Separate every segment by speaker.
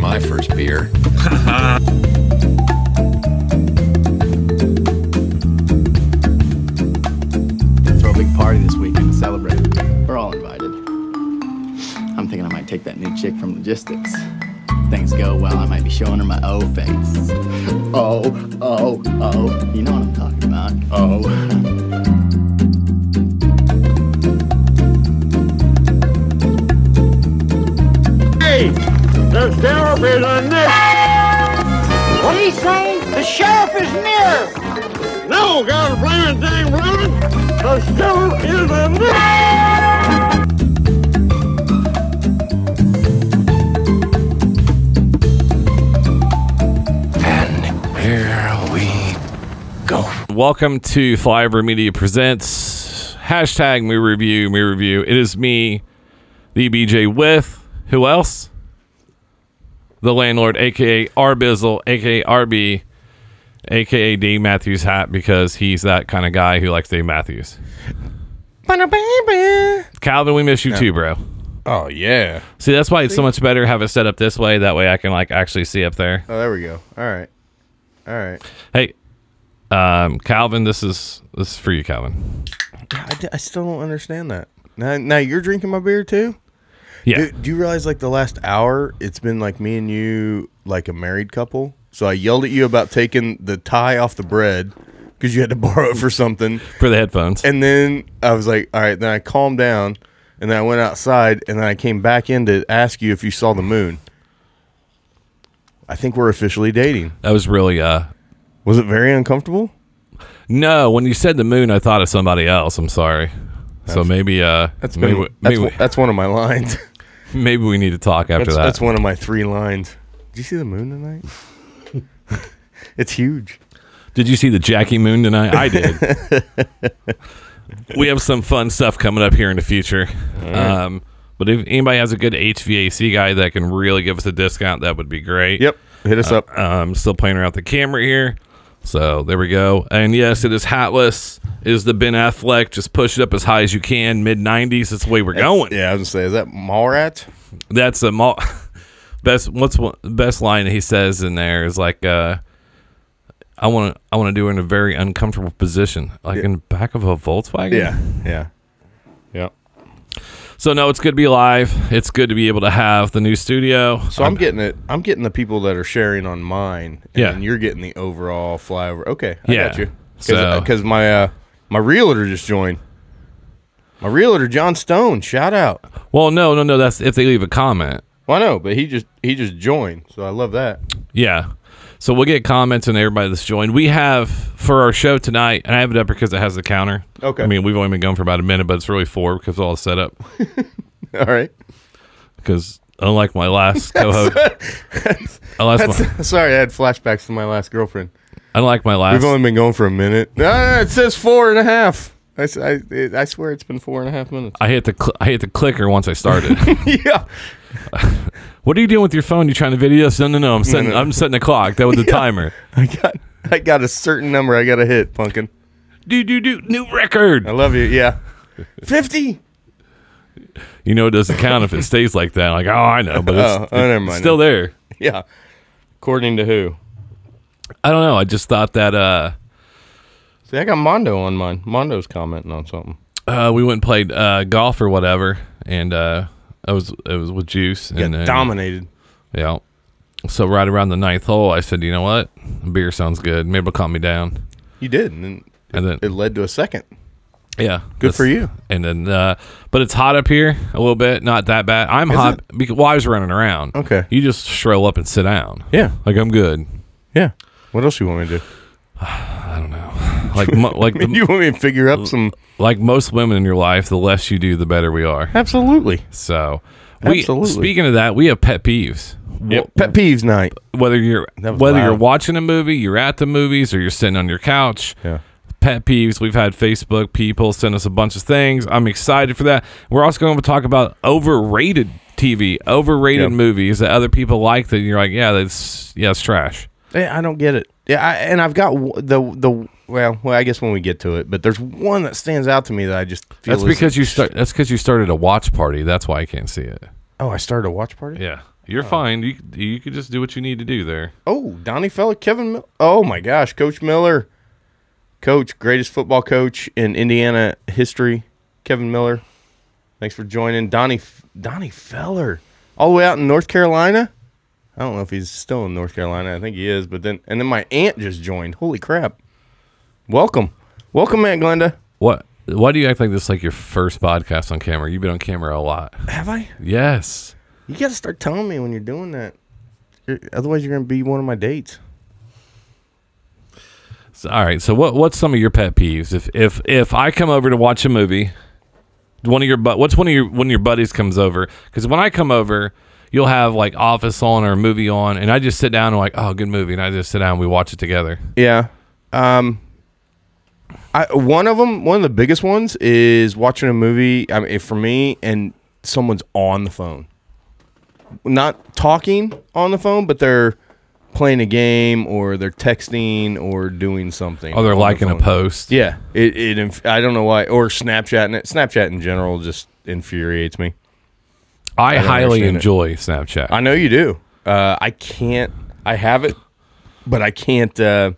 Speaker 1: my first beer.
Speaker 2: Throw a big party this weekend to celebrate. We're all invited. I'm thinking I might take that new chick from logistics. Things go well, I might be showing her my O face. Oh, oh, oh. You know what I'm talking about. Oh.
Speaker 3: The sheriff is on this. What he say? The sheriff is near. No, God blame it, dang Robin. The sheriff is on this.
Speaker 1: And here we go.
Speaker 4: Welcome to Flyover Media Presents. Hashtag me review, me review. It is me, the BJ with who else? The landlord, aka R Bizzle, aka RB, aka D Matthews hat, because he's that kind of guy who likes Dave Matthews. Calvin, we miss you too, bro.
Speaker 5: Oh yeah.
Speaker 4: See, that's why it's so much better to have it set up this way. That way I can like actually see up there.
Speaker 5: Oh, there we go. All right. All right.
Speaker 4: Hey, um, Calvin, this is this is for you, Calvin.
Speaker 5: I, d- I still don't understand that. Now, now you're drinking my beer too.
Speaker 4: Yeah.
Speaker 5: Do, do you realize like the last hour, it's been like me and you, like a married couple. So I yelled at you about taking the tie off the bread because you had to borrow it for something,
Speaker 4: for the headphones.
Speaker 5: and then I was like, all right. Then I calmed down, and then I went outside, and then I came back in to ask you if you saw the moon. I think we're officially dating.
Speaker 4: that was really uh
Speaker 5: Was it very uncomfortable?
Speaker 4: No, when you said the moon, I thought of somebody else. I'm sorry. so maybe uh,
Speaker 5: That's
Speaker 4: maybe,
Speaker 5: been,
Speaker 4: we-
Speaker 5: that's,
Speaker 4: maybe,
Speaker 5: one- that's one of my lines.
Speaker 4: we- maybe we need to talk after
Speaker 5: That's,
Speaker 4: that.
Speaker 5: that's one of my three lines. Did you see the moon tonight? it's huge.
Speaker 4: Did you see the Jackie Moon tonight? I did. we have some fun stuff coming up here in the future. Um, but if anybody has a good HVAC guy that can really give us a discount, that would be great.
Speaker 5: Yep. Hit us up.
Speaker 4: I'm Um, still playing around with the camera here. So there we go. And yes, it is hatless. It Is the Ben Affleck just push it up as high as you can? Mid 90s. That's the way we're going.
Speaker 5: Yeah, I was gonna say, is that Mallrat?
Speaker 4: that's a mall best what's one best line he says in there is like uh i want to i want to do it in a very uncomfortable position like in the back of a volkswagen
Speaker 5: Yeah. Yeah. Yep.
Speaker 4: so no it's good to be live it's good to be able to have the new studio
Speaker 5: So I'm, getting it. I'm getting the people that are sharing on mine. And
Speaker 4: Yeah.
Speaker 5: then you're getting the overall flyover. Okay. I
Speaker 4: Yeah.
Speaker 5: got you.
Speaker 4: So-
Speaker 5: Because my uh, my realtor just joined. My realtor, John Stone. Shout out.
Speaker 4: well no no no that's if they leave a comment
Speaker 5: Well, I know, but he just he just joined. So I love that.
Speaker 4: Yeah. So we'll get comments on everybody that's joined. We have for our show tonight, and I have it up because it has the counter.
Speaker 5: Okay.
Speaker 4: I mean, we've only been going for about a minute, but it's really four because of all the setup.
Speaker 5: All right.
Speaker 4: Because unlike my last co-host, unless my,
Speaker 5: Sorry, I had flashbacks to my last girlfriend.
Speaker 4: unlike my last,
Speaker 5: We've only been going for a minute. No, no, no, it says four and a half. I, s- I- it- I swear it's been four and a half minutes.
Speaker 4: I hit the cl- I hit the clicker once I started.
Speaker 5: yeah.
Speaker 4: what are you doing with your phone? You trying to video us? No, no, no. I'm setting
Speaker 5: no.
Speaker 4: I'm setting a clock. That was the timer.
Speaker 5: I got I got a certain number I got to hit, Punkin.
Speaker 4: Do do do new
Speaker 5: I
Speaker 4: record.
Speaker 5: love you. Yeah. 50.
Speaker 4: You know it doesn't count if it stays like that. Like oh I know, but it's,
Speaker 5: Oh, oh, never
Speaker 4: it's
Speaker 5: mind.
Speaker 4: still there.
Speaker 5: Yeah. According to who?
Speaker 4: I don't know. I just thought that uh,
Speaker 5: See, I got Mondo on mine. Mondo's commenting on something.
Speaker 4: uh we went and played uh golf or whatever, and uh I was it was with Juice and then-
Speaker 5: dominated.
Speaker 4: yeah. So right around the ninth hole, I said, you know what, beer sounds good. Maybe it'll calm me down.
Speaker 5: You did. And then
Speaker 4: And then
Speaker 5: it led to a second.
Speaker 4: Yeah.
Speaker 5: Good for
Speaker 4: that's-
Speaker 5: you.
Speaker 4: And then, uh, but it's hot up here a little bit, not that bad. I'm hot because well, I was running around.
Speaker 5: Okay.
Speaker 4: You just stroll up and sit down.
Speaker 5: Yeah.
Speaker 4: Like I'm good.
Speaker 5: Yeah. What else you want me to do?
Speaker 4: Like mo- like
Speaker 5: I mean,
Speaker 4: the-
Speaker 5: you want me to figure up some?
Speaker 4: like most women in your life, the less you do, the better we are.
Speaker 5: Absolutely.
Speaker 4: So we
Speaker 5: Absolutely.
Speaker 4: speaking of that, we have pet peeves. Wh-
Speaker 5: Pet peeves night.
Speaker 4: Whether you're
Speaker 5: That was
Speaker 4: whether you're
Speaker 5: loud.
Speaker 4: watching a movie, you're at the movies, or you're sitting on your couch.
Speaker 5: Yeah.
Speaker 4: pet peeves. We've had Facebook people send us a bunch of things. I'm excited for that. We're also going to talk about overrated TV, overrated
Speaker 5: Yeah.
Speaker 4: movies that other people like that you're like, yeah, that's yeah, it's trash.
Speaker 5: Yeah, I don't get it. Yeah, I, and I've got w- the the well, well, I guess when we get to it, but there's one that stands out to me that I just feel
Speaker 4: That's
Speaker 5: is-
Speaker 4: because you start. That's because you started a watch party. That's why I can't see it.
Speaker 5: Oh, I started a watch party.
Speaker 4: Yeah, You're fine. You you could just do what you need to do there.
Speaker 5: Oh, Donnie Fella, Kevin. Mil- oh my gosh, Coach Miller, Coach, greatest football coach in Indiana history, Kevin Miller. Thanks for joining, Donnie. F- Donnie Feller, all the way out in North Carolina. I don't know if he's still in North Carolina. I think he is, but then and then my aunt just joined. Holy crap! Welcome, welcome, Aunt Glenda.
Speaker 4: What? Why do you act like this? is Like your first podcast on camera? You've been on camera a lot.
Speaker 5: Have I?
Speaker 4: Yes.
Speaker 5: You got to start telling me when you're doing that. You're- otherwise, you're gonna be one of my dates.
Speaker 4: So, all right. So what? What's some of your pet peeves? If if if I come over to watch a movie, one of your but what's one of your one of your buddies comes over? Because when I come over, you'll have like Office on or a movie on, and I just sit down and like, oh, good movie, and I just sit down and we watch it together.
Speaker 5: Yeah. Um I one of them one of the biggest ones is watching a movie I mean for me and someone's on the phone. Not talking on the phone, but they're playing a game or they're texting or doing something.
Speaker 4: Oh, they're
Speaker 5: on the
Speaker 4: liking a
Speaker 5: phone.
Speaker 4: post.
Speaker 5: Yeah. It it inf- I don't know why or Snapchat it. Snapchat in general just infuriates me.
Speaker 4: I,
Speaker 5: don't
Speaker 4: highly
Speaker 5: understand it.
Speaker 4: enjoy Snapchat.
Speaker 5: I know you do. Uh, I can't. I have it, but I can't. Uh,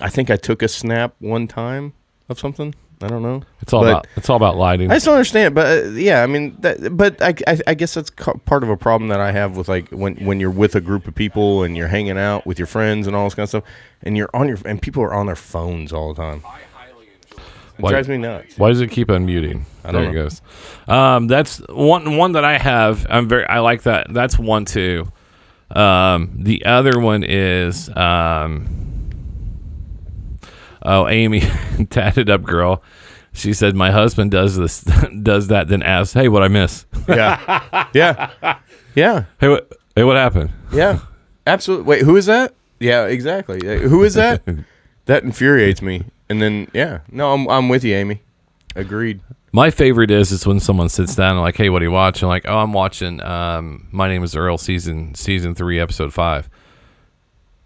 Speaker 5: I think I took a snap one time of something. I don't know.
Speaker 4: it's all
Speaker 5: But
Speaker 4: about it's all about lighting.
Speaker 5: I just don't understand. But uh, yeah, I mean, that, but I, I, I guess that's ca- part of a problem that I have with like when when you're with a group of people and you're hanging out with your friends and all this kind of stuff, and you're on your and people are on their phones all the time. It
Speaker 4: Like-
Speaker 5: drives me nuts.
Speaker 4: Why does it keep unmuting?
Speaker 5: I
Speaker 4: there
Speaker 5: don't
Speaker 4: it
Speaker 5: know.
Speaker 4: goes. Um, that's one one that I have. I'm very. I like that. That's one too. Um, the other one is um, oh Amy, tatted up girl. She said my husband does this, does that, then asks, "Hey, what I miss?
Speaker 5: Yeah, yeah, yeah,
Speaker 4: Hey, what? Hey, what happened?
Speaker 5: yeah. Absolutely. Wait, who is that? Yeah, exactly. Yeah, Who is that? That infuriates me. And then yeah, no, I'm I'm with you, Amy. Agreed.
Speaker 4: My favorite is is when someone sits down and like, hey, what do you watch? And like, oh, I'm watching. Um, my name is Earl, season season three, episode five.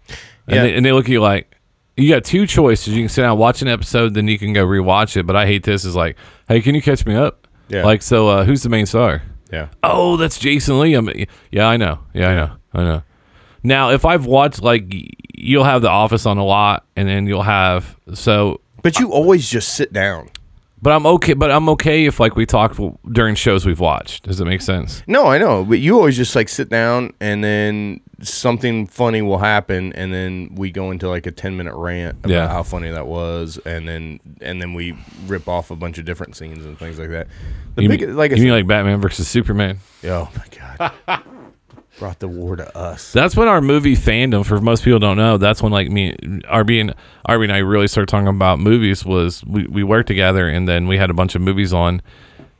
Speaker 4: And,
Speaker 5: Yeah.
Speaker 4: they, and they look at you like, you got two choices. You can sit down and watch an episode, then you can go rewatch it. But I hate this. Is like, hey, can you catch me up?
Speaker 5: Yeah.
Speaker 4: Like, so uh, who's the main star?
Speaker 5: Yeah.
Speaker 4: Oh, that's Jason Liam. Yeah, I know. Yeah, I know. I know. Now, if I've watched like, y- you'll have The Office on a lot, and then you'll have so
Speaker 5: But you always just sit down.
Speaker 4: but I'm okay. But I'm okay if like we talked w- during shows we've watched. Does it make sense?
Speaker 5: No, I know, but you always just like sit down and then something funny will happen and then we go into like a 10 minute rant about
Speaker 4: Yeah.
Speaker 5: how funny that was and then and then we rip off a bunch of different scenes and things like that. The
Speaker 4: you
Speaker 5: big
Speaker 4: mean,
Speaker 5: like I
Speaker 4: you mean
Speaker 5: said-
Speaker 4: like Batman versus Superman?
Speaker 5: oh my god. Brought the war to us.
Speaker 4: That's when our movie fandom, for most people don't know, that's when like me, RB and RB and I really started talking about movies. Was we, we worked together and then we had a bunch of movies on,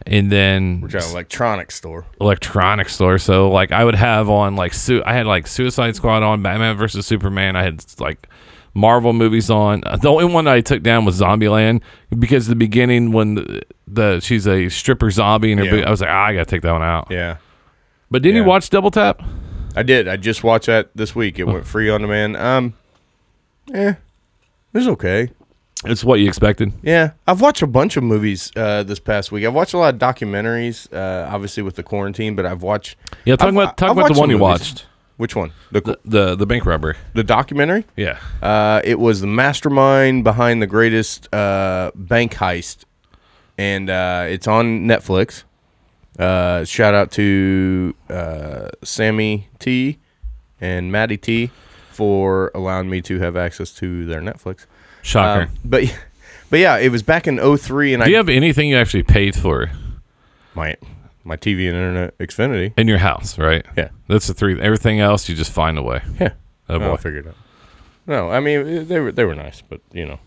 Speaker 4: and then
Speaker 5: Which an electronics store.
Speaker 4: electronic store. So like I would have on like su- I had like Suicide Squad on, Batman versus Superman. I had like Marvel movies on. Uh, The only one I took down was Zombieland because the beginning when the, the she's a stripper zombie and her
Speaker 5: Yeah.
Speaker 4: boot, I was like ah, I gotta take that one out.
Speaker 5: Yeah.
Speaker 4: But didn't
Speaker 5: Yeah.
Speaker 4: you watch Double Tap?
Speaker 5: I did. I just watched that this week. It went free on demand. Um, eh, it was okay.
Speaker 4: It's what you expected.
Speaker 5: Yeah, I've watched a bunch of movies uh, this past week. I've watched a lot of documentaries, uh, obviously with the quarantine, but I've watched.
Speaker 4: Yeah, talk
Speaker 5: I've-
Speaker 4: about talk
Speaker 5: I've
Speaker 4: about
Speaker 5: watched
Speaker 4: the one
Speaker 5: some
Speaker 4: you
Speaker 5: movies.
Speaker 4: watched.
Speaker 5: Which one? The
Speaker 4: The,
Speaker 5: the,
Speaker 4: the the bank robber.
Speaker 5: documentary.
Speaker 4: Yeah.
Speaker 5: Uh, it was the mastermind behind the greatest uh, bank heist, and uh, it's on Netflix. Uh, shout out to uh, Sammy T and Maddie T for allowing me to have access to their Netflix.
Speaker 4: Shocker.
Speaker 5: Um, but but yeah, it was back in 03 and I
Speaker 4: Do you have anything you actually paid for
Speaker 5: my my TV and internet Xfinity.
Speaker 4: in your house, right?
Speaker 5: Yeah.
Speaker 4: That's the three. Everything else you just find a way.
Speaker 5: Yeah.
Speaker 4: Oh,
Speaker 5: No, I
Speaker 4: boy.
Speaker 5: figured it out. No, I mean eh, they were they were nice, but you know.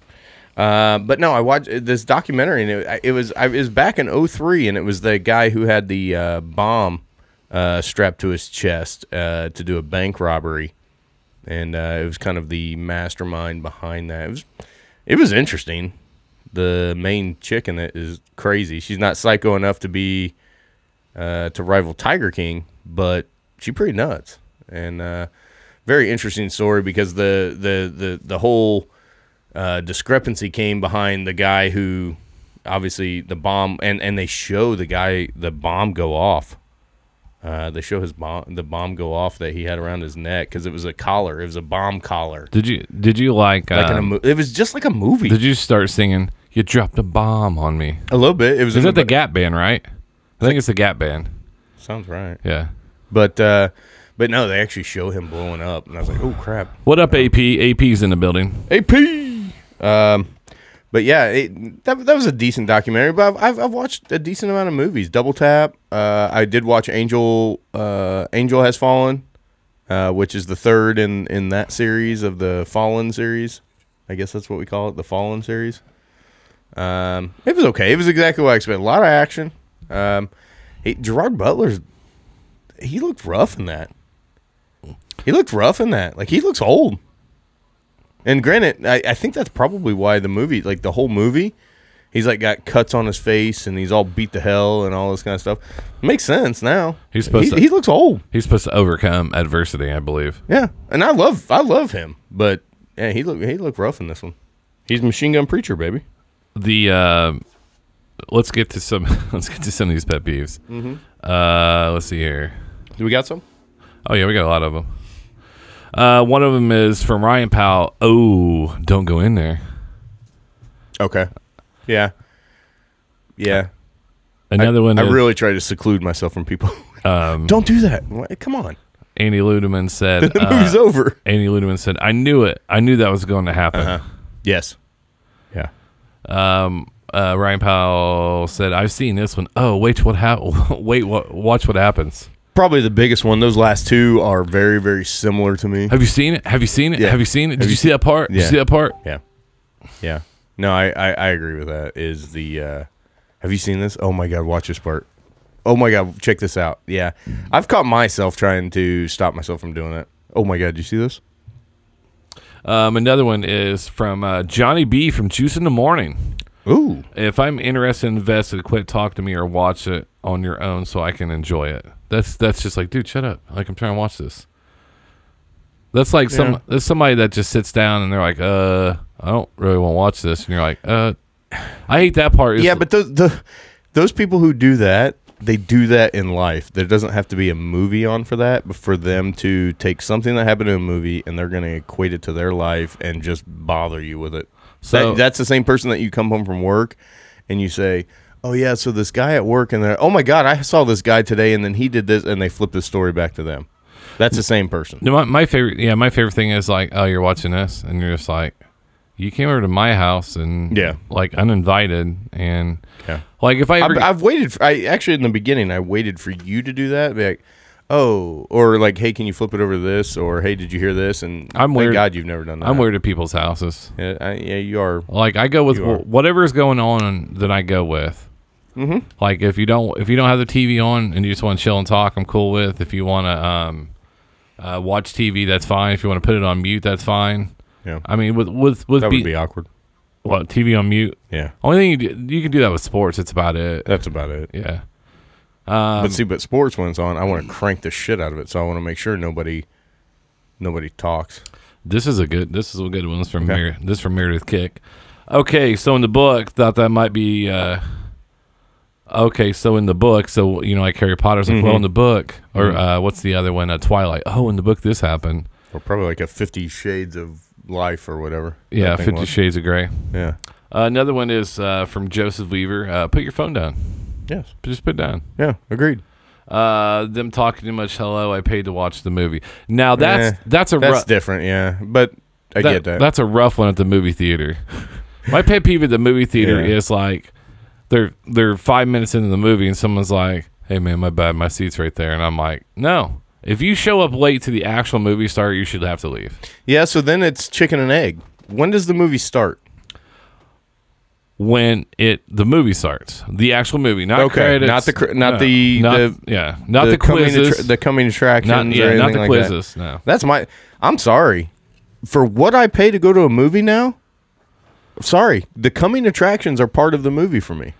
Speaker 5: Uh, but no, I watched this documentary and it, it was I it was back in 03 and it was the guy who had the uh, bomb uh, strapped to his chest uh, to do a bank robbery, and uh, it was kind of the mastermind behind that. It was it was interesting. The main chick in it is crazy. She's not psycho enough to be uh, to rival Tiger King, but she pretty nuts and uh, very interesting story because the the the the whole uh, discrepancy came behind the guy who obviously the bomb and and they show the guy the bomb go off Uh, they show his bomb, the bomb go off that he had around his neck because it was a collar. It was a bomb collar.
Speaker 4: Did you did you like,
Speaker 5: Like in a
Speaker 4: um,
Speaker 5: mo- it was just like a movie.
Speaker 4: Did you start singing You dropped a bomb on me?
Speaker 5: a little bit. It was.
Speaker 4: Is
Speaker 5: in
Speaker 4: that the
Speaker 5: bu-
Speaker 4: Gap Band, right? I think it's the Gap Band.
Speaker 5: Sounds right.
Speaker 4: Yeah.
Speaker 5: But uh, but no, they actually show him blowing up, and I was like, oh crap.
Speaker 4: What up, AP? AP's in the building.
Speaker 5: AP. Um, but yeah, it, that, that was a decent documentary. But I've, I've, I've watched a decent amount of movies. Double Tap. Uh, I did watch Angel. Uh, Angel has fallen, uh, which is the third in in that series of the Fallen series. I guess that's what we call it, the Fallen series. Um, it was okay. It was exactly what I expected. A lot of action. Um, he, Gerard Butler's. He looked rough in that. He looked rough in that. Like he looks old. And granted, I, I think that's probably why the movie, like the whole movie, he's like got cuts on his face and he's all beat to hell and all this kind of stuff. Makes sense now.
Speaker 4: He's supposed
Speaker 5: he,
Speaker 4: to-
Speaker 5: he looks old.
Speaker 4: He's supposed to overcome adversity, I believe.
Speaker 5: Yeah, and I love I love him, but yeah, he look he looked rough in this one. He's machine gun preacher, baby.
Speaker 4: The uh, let's get to some let's get to some of these pet peeves.
Speaker 5: Mm-hmm.
Speaker 4: Uh, let's see here.
Speaker 5: Do we got some?
Speaker 4: Oh yeah, we got a lot of them. Uh, one of them is from Ryan Powell. Oh, don't go in there.
Speaker 5: Okay. Yeah. Yeah.
Speaker 4: Another one.
Speaker 5: I
Speaker 4: is-
Speaker 5: really try to seclude myself from people.
Speaker 4: Um,
Speaker 5: Don't do that. What? Come on.
Speaker 4: Andy Ludeman said.
Speaker 5: The
Speaker 4: uh,
Speaker 5: movie's over.
Speaker 4: Andy Ludeman said, "I knew it. I knew that was going to happen."
Speaker 5: Uh-huh. Yes. Yeah.
Speaker 4: Um, uh, Ryan Powell said, "I've seen this one. Oh, wait, what hap- Wait, what? Watch what happens.
Speaker 5: Probably the biggest one. Those last two are very, very similar to me.
Speaker 4: Have you seen it? Have you seen it?
Speaker 5: Yeah.
Speaker 4: Have you seen it? Did
Speaker 5: Have
Speaker 4: you
Speaker 5: you
Speaker 4: see that part? Did you
Speaker 5: Yeah.
Speaker 4: see that part?
Speaker 5: Yeah. Yeah. No, I, I, I agree with that. Is the uh have you seen this? Oh my god, watch this part. Oh my god, check this out. Yeah. I've caught myself trying to stop myself from doing that. Oh my god, did you see this?
Speaker 4: Um, another one is from uh, Johnny B from Juice in the Morning.
Speaker 5: Ooh.
Speaker 4: If I'm interested, invested, quit talk to me or watch it on your own so I can enjoy it. That's that's just like, dude, shut up. Like I'm trying to watch this. That's like some
Speaker 5: Yeah.
Speaker 4: that's somebody that just sits down and they're like, uh, I don't really want to watch this, and you're like, uh, I hate that part. It's-
Speaker 5: Yeah, but those the those people who do that, they do that in life. There doesn't have to be a movie on for that, but for them to take something that happened in a movie and they're gonna equate it to their life and just bother you with it.
Speaker 4: So-
Speaker 5: So that's the same person that you come home from work and you say, Oh yeah, so this guy at work and they're oh my god, I saw this guy today and then he did this and they flip the story back to them. That's the same person.
Speaker 4: No, my, my favorite, yeah, my favorite thing is like, oh, you're watching this, and you're just like, you came over to my house and
Speaker 5: Yeah.
Speaker 4: like uninvited, and
Speaker 5: Yeah.
Speaker 4: like if I
Speaker 5: I've,
Speaker 4: ever,
Speaker 5: I've waited. For, I actually in the beginning, I waited for you to do that. Be like, oh, or like, hey, can you flip it over to this? Or hey, did you hear this? And
Speaker 4: I'm
Speaker 5: thank
Speaker 4: weird.
Speaker 5: God you've never done that.
Speaker 4: I'm weird at people's houses.
Speaker 5: Yeah, I, yeah you are.
Speaker 4: Like I go with
Speaker 5: You are.
Speaker 4: wh- whatever's going on that I go with. Mm-hmm. Like if you don't if you don't have the TV on and you just want to chill and talk, I'm cool with. If you want to um, uh, watch TV, that's fine. If you want to put it on mute, that's fine.
Speaker 5: Yeah,
Speaker 4: I mean, with with with
Speaker 5: that
Speaker 4: be,
Speaker 5: would be awkward.
Speaker 4: what TV on mute.
Speaker 5: Yeah,
Speaker 4: Only thing you, do, you can do that with sports. It's about it.
Speaker 5: that's about it.
Speaker 4: Yeah. Um,
Speaker 5: but see, but sports when it's on, I want to crank the shit out of it. So I want to make sure nobody, nobody talks.
Speaker 4: This is a good. This is a good one. This from Mer- this from Meredith Kick. Okay, so in the book, thought that might be. Uh, okay, so in the book, so you know, like Harry Potter's like,
Speaker 5: Mm-hmm.
Speaker 4: well, in the book, or uh, what's the other one? Uh, Twilight. Oh, in the book, this happened.
Speaker 5: Or probably like a Fifty Shades of Life or whatever. that
Speaker 4: Yeah,
Speaker 5: thing
Speaker 4: Fifty
Speaker 5: was.
Speaker 4: Shades of Grey.
Speaker 5: Yeah.
Speaker 4: Uh, another one is uh, from Joseph Weaver. Uh, put your phone down.
Speaker 5: Yes.
Speaker 4: Just put it down.
Speaker 5: Yeah. Agreed.
Speaker 4: Uh, them talking too much. Hello, I paid to watch the movie. Now that's
Speaker 5: Eh,
Speaker 4: that's a
Speaker 5: That's
Speaker 4: rough.
Speaker 5: different. Yeah, but I
Speaker 4: that-
Speaker 5: get that.
Speaker 4: That's a rough one at the movie theater. My pet peeve at the movie theater
Speaker 5: Yeah.
Speaker 4: is like they're they're five minutes into the movie and someone's like, "Hey man, my bad, my seat's right there," and I'm like, "No." If you show up late to the actual movie start, you should have to leave.
Speaker 5: Yeah, so then it's chicken and egg. When does the movie start?
Speaker 4: When it the movie starts, the actual movie, not
Speaker 5: Okay,
Speaker 4: credits,
Speaker 5: not the cr- not the- the-
Speaker 4: yeah, not the,
Speaker 5: coming attr-
Speaker 4: quizzes,
Speaker 5: the coming attractions,
Speaker 4: not
Speaker 5: or
Speaker 4: yeah,
Speaker 5: anything
Speaker 4: not the
Speaker 5: like that.
Speaker 4: quizzes. No,
Speaker 5: That's my. I'm sorry, for what I pay to go to a movie now. Sorry, the coming attractions are part of the movie for me.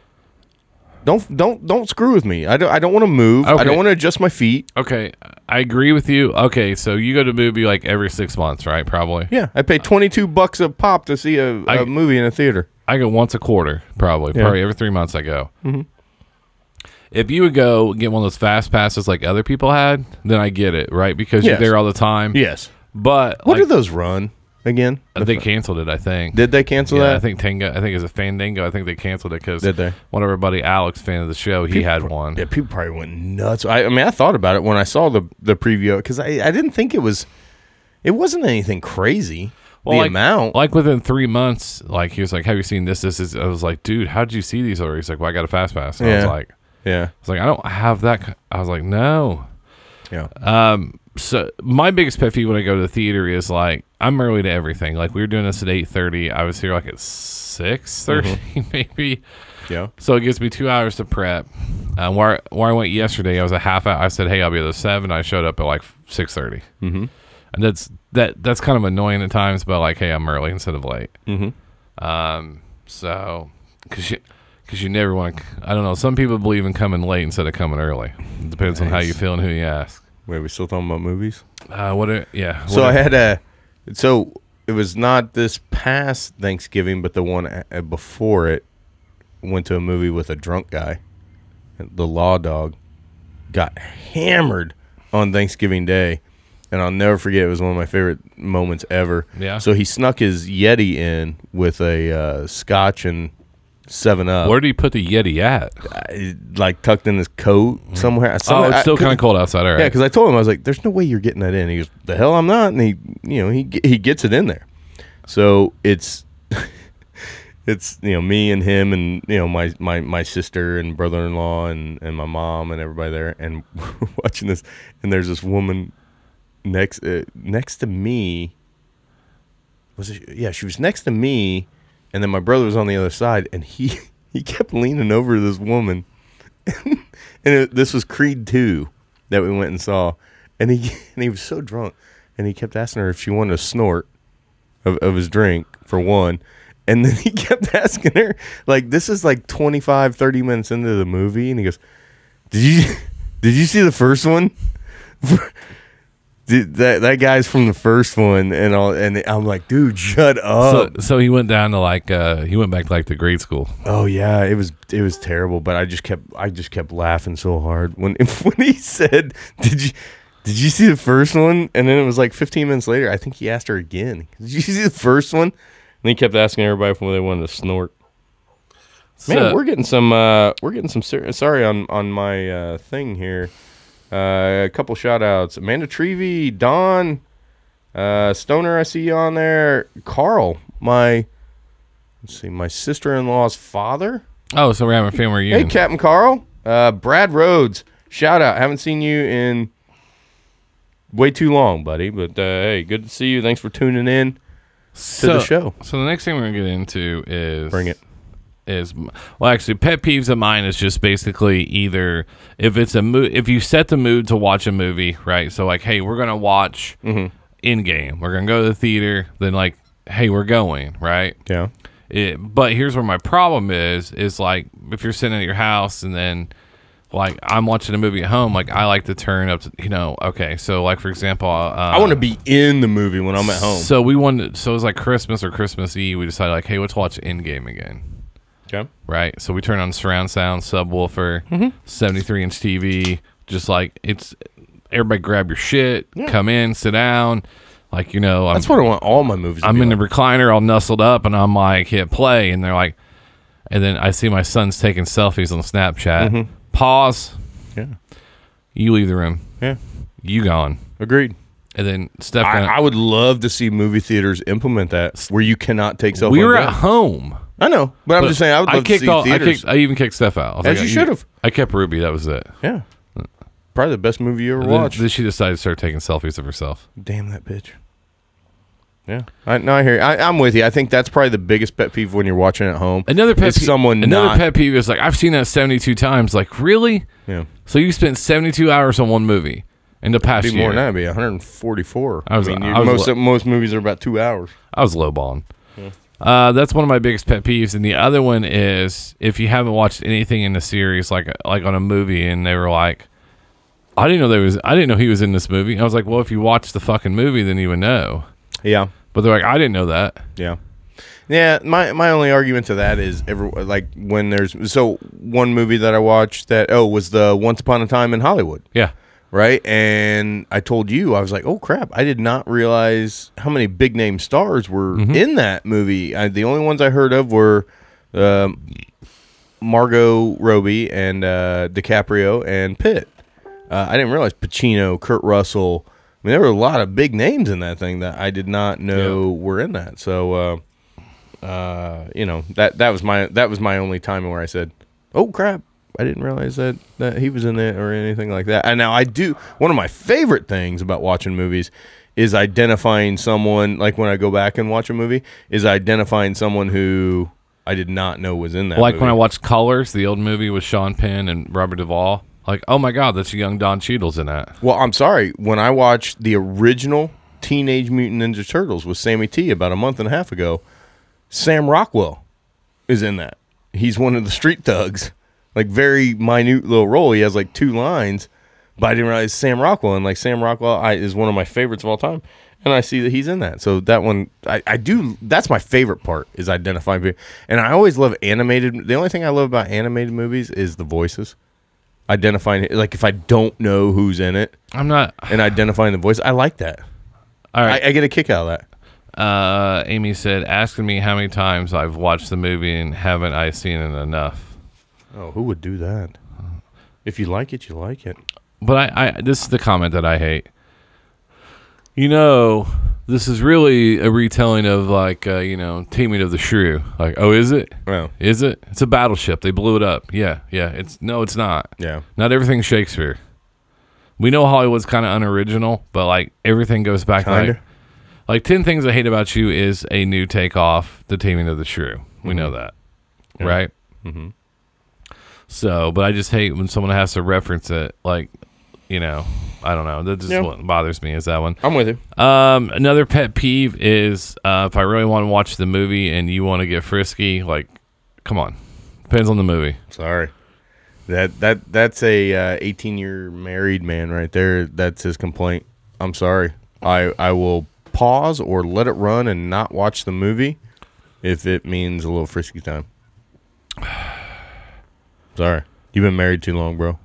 Speaker 5: Don't don't don't screw with me. I don't I don't want to move. I
Speaker 4: Okay.
Speaker 5: don't want to adjust my feet.
Speaker 4: okay, I agree with you. Okay, so you go to movie like every six months, right? Probably.
Speaker 5: Yeah, I pay twenty two bucks a pop to see a,
Speaker 4: I-
Speaker 5: a movie in a theater. Mm-hmm.
Speaker 4: I go once a quarter, probably. Probably every three months I go. If you would go get one of those fast passes like other people had, then I get it, right? Because
Speaker 5: Yes.
Speaker 4: you're there all the time.
Speaker 5: Yes.
Speaker 4: But
Speaker 5: What
Speaker 4: like,
Speaker 5: do those run again?
Speaker 4: they canceled it, I think.
Speaker 5: Did they cancel
Speaker 4: yeah,
Speaker 5: that?
Speaker 4: I think Tango. I think it's a Fandango. I think they canceled it because
Speaker 5: Did they?
Speaker 4: one of our buddy Alex, fan of the show, he had one.
Speaker 5: Yeah, people probably went nuts. I, I mean, I thought about it when I saw the the preview because I, I didn't think it was, it wasn't anything crazy. the
Speaker 4: like,
Speaker 5: amount,
Speaker 4: like within three months, like he was like, "Have you seen this? This is." I was like, "Dude, how did you see these already?" He's like, "Well, I got a fast pass." And I was
Speaker 5: Yeah.
Speaker 4: like, "I
Speaker 5: yeah,
Speaker 4: was like, I don't have that." ki-" I was like, "No."
Speaker 5: yeah,
Speaker 4: Uh, So my biggest pet peeve when I go to the theater is like I'm early to everything. Like we were doing this at eight thirty, I was here like at six maybe.
Speaker 5: yeah.
Speaker 4: So it gives me two hours to prep. Uh, where where I went yesterday, I was a half hour. I said, "Hey, I'll be there at 7. I showed up at like six thirty, mm-hmm. and that's that. That's kind of annoying at times, but like, hey, I'm early instead of late. Mm-hmm. Um, so because you because you never want to. I don't know. Some people believe in coming late instead of coming early. It depends on how you feel and who you ask.
Speaker 5: Wait, we still talking about movies?
Speaker 4: Uh, what? Are, yeah.
Speaker 5: So
Speaker 4: what
Speaker 5: I
Speaker 4: are-
Speaker 5: had a, so it was not this past Thanksgiving, but the one a- a- before it. Went to a movie with a drunk guy, the Law Dog, got hammered on Thanksgiving Day, and I'll never forget. It was one of my favorite moments ever.
Speaker 4: Yeah.
Speaker 5: So he snuck his Yeti in with a uh, Scotch and Seven Up,
Speaker 4: Where do you put the Yeti at?
Speaker 5: I- like tucked in his coat somewhere.
Speaker 4: Oh,
Speaker 5: Somewhere-
Speaker 4: it's
Speaker 5: Oh, I-
Speaker 4: still
Speaker 5: 'cause-
Speaker 4: kind of cold outside. All right.
Speaker 5: yeah, because I told him I was like, "There's no way you're getting that in." He goes, "The hell I'm not," and he, you know, he ge- he gets it in there. So it's it's you know me and him and you know my my my sister and brother in law and and my mom and everybody there and we're watching this and there's this woman next uh, next to me. Was it? Yeah, she was next to me, and then my brother was on the other side, and he he kept leaning over this woman and it, this was Creed two that we went and saw, and he and he was so drunk, and he kept asking her if she wanted a snort of, of his drink for one, and then he kept asking her like this is like 25, 30 minutes into the movie, and he goes, "Did you did you see the first one?" Dude, that that guy's from the first one, and all, and I'm like, dude, shut
Speaker 4: So,
Speaker 5: up.
Speaker 4: so he went down to like uh he went back to like the grade school.
Speaker 5: Oh yeah, it was it was terrible, but I just kept I just kept laughing so hard when when he said, "Did you did you see the first one?" And then it was like 15 minutes later, I think he asked her again, "Did you see the first one?" And he kept asking everybody if they wanted to snort. Man,
Speaker 4: So-
Speaker 5: we're getting some uh we're getting some ser- sorry on on my uh thing here. Uh, a couple shout outs. Amanda Trevi, Don, uh, Stoner, I see you on there. Carl, my let's see, my sister in law's father.
Speaker 4: Oh, so we're having a family
Speaker 5: Hey,
Speaker 4: reunion.
Speaker 5: Captain Carl. Uh, Brad Rhodes, shout out. Haven't seen you in way too long, buddy. But uh, hey, good to see you. Thanks for tuning in.
Speaker 4: so,
Speaker 5: the show.
Speaker 4: So the next thing we're gonna get into is
Speaker 5: Bring it.
Speaker 4: is well actually pet peeves of mine is just basically either if it's a mo- if you set the mood to watch a movie right so like hey we're gonna watch
Speaker 5: Mm-hmm.
Speaker 4: in game we're gonna go to the theater then like hey we're going right
Speaker 5: Yeah.
Speaker 4: It, but here's where my problem is: is like if you're sitting at your house and then like I'm watching a movie at home, like I like to turn up, to, you know. Okay, so like for example, uh,
Speaker 5: I want to be in the movie when I'm at home.
Speaker 4: So we wanted, so it was like Christmas or Christmas Eve. We decided like, hey, let's watch Endgame again,
Speaker 5: okay.
Speaker 4: right? So we turn on surround sound, subwoofer,
Speaker 5: Mm-hmm.
Speaker 4: 73 inch TV, just like it's everybody grab your shit, come in, sit down, like you know. I'm,
Speaker 5: That's what I want all my movies to
Speaker 4: I'm
Speaker 5: be
Speaker 4: in the
Speaker 5: like.
Speaker 4: recliner, all nestled up, and I'm like, hit play, and they're like, and then I see my son's taking selfies on Snapchat. Pause.
Speaker 5: Mm-hmm. Yeah.
Speaker 4: You leave the room.
Speaker 5: Yeah.
Speaker 4: You gone.
Speaker 5: Agreed.
Speaker 4: And then Steph. kinda-
Speaker 5: I, I would love to see movie theaters implement that where you cannot take cell
Speaker 4: we
Speaker 5: phones
Speaker 4: were
Speaker 5: out.
Speaker 4: at home.
Speaker 5: I know, but, I'm just saying I would love
Speaker 4: kicked
Speaker 5: to see
Speaker 4: all,
Speaker 5: theaters.
Speaker 4: I, kicked, I even kicked Steph out. I was
Speaker 5: As you should've.
Speaker 4: I kept Ruby. That was it.
Speaker 5: yeah. Probably the best movie you ever
Speaker 4: And Then,
Speaker 5: watched.
Speaker 4: then she decided to start taking selfies of herself.
Speaker 5: Damn that bitch. Yeah. I, no, I hear you. I, I'm with you. I think that's probably the biggest pet peeve when you're watching at home.
Speaker 4: Another pet
Speaker 5: is
Speaker 4: peeve,
Speaker 5: someone
Speaker 4: another
Speaker 5: not,
Speaker 4: pet peeve is like I've seen that 72 times. Like really?
Speaker 5: Yeah.
Speaker 4: So you spent 72 hours on one movie in the past
Speaker 5: Be
Speaker 4: year?
Speaker 5: more than that. Be 144.
Speaker 4: I was-
Speaker 5: mean, you-
Speaker 4: I was
Speaker 5: most
Speaker 4: lo-
Speaker 5: most movies are about two hours.
Speaker 4: I was lowballing.
Speaker 5: Hmm.
Speaker 4: Uh, that's one of my biggest pet peeves, and the other one is if you haven't watched anything in the series, like like on a movie, and they were like, "I didn't know there was, I didn't know he was in this movie." I was like, "Well, if you watched the fucking movie, then you would know."
Speaker 5: Yeah.
Speaker 4: But they're like, "I didn't know that."
Speaker 5: Yeah. Yeah, my my only argument to that is every like when there's so one movie that I watched that oh was the Once Upon a Time in Hollywood.
Speaker 4: Yeah.
Speaker 5: Right? And I told you I was like, "Oh crap, I did not realize how many big name stars were in that movie." I, the only ones I heard of were um, Margot Robbie and uh, DiCaprio and Pitt. Uh, I didn't realize Pacino, Kurt Russell. I mean, there were a lot of big names in that thing that I did not know were in that. So, uh, uh, you know that that was my that was my only time where I said, "Oh crap, I didn't realize that that he was in it or anything like that." And now I do one of my favorite things about watching movies is identifying someone. Like when I go back and watch a movie, is identifying someone who I did not know was in that.
Speaker 4: Like when I
Speaker 5: movie.
Speaker 4: watched Colors, the old movie with Sean Penn and Robert Duvall. Like, oh my God, that's a young Don Cheadle's in that.
Speaker 5: Well, I'm sorry. When I watched the original Teenage Mutant Ninja Turtles with Sammy T about a month and a half ago, Sam Rockwell is in that. He's one of the street thugs. Like very minute little role. He has like two lines, but I didn't realize Sam Rockwell and like Sam Rockwell I, is one of my favorites of all time. And I see that he's in that. So that one I, I do that's my favorite part is identifying people. And I always love animated the only thing I love about animated movies is the voices. Identifying like if I don't know who's in it,
Speaker 4: I'm not.
Speaker 5: and identifying the voice. I like that.
Speaker 4: All right.
Speaker 5: I, I get a kick out of that.
Speaker 4: Uh, Amy said, asking me how many times I've watched the movie and haven't I seen it enough.
Speaker 5: Oh, who would do that? If you like it, you like it.
Speaker 4: But I, I this is the comment that I hate. You know, this is really a retelling of like uh, you know, teaming of the shrew. Like, oh, is it?
Speaker 5: Well,
Speaker 4: Is it? It's a battleship. They blew it up. Yeah, yeah. It's no, it's not.
Speaker 5: yeah.
Speaker 4: Not everything's Shakespeare. We know Hollywood's kind of unoriginal, but like everything goes back like
Speaker 5: Kinda.
Speaker 4: like 10 things I hate about you is a new takeoff, the taming of the shrew. We
Speaker 5: Mm-hmm.
Speaker 4: know that. Right? Mm-hmm. So, but I just hate when someone has to reference it. Like, you know, I don't know. That just
Speaker 5: Yeah.
Speaker 4: what bothers me is that one.
Speaker 5: I'm with you.
Speaker 4: Um, another pet peeve is uh, if I really want to watch the movie and you want to get frisky, like, come on. Depends on the movie.
Speaker 5: Sorry. That that that's a uh, 18 year married man right there. That's his complaint. I'm sorry. I I will pause or let it run and not watch the movie if it means a little frisky time. Sorry. You've been married too long, bro.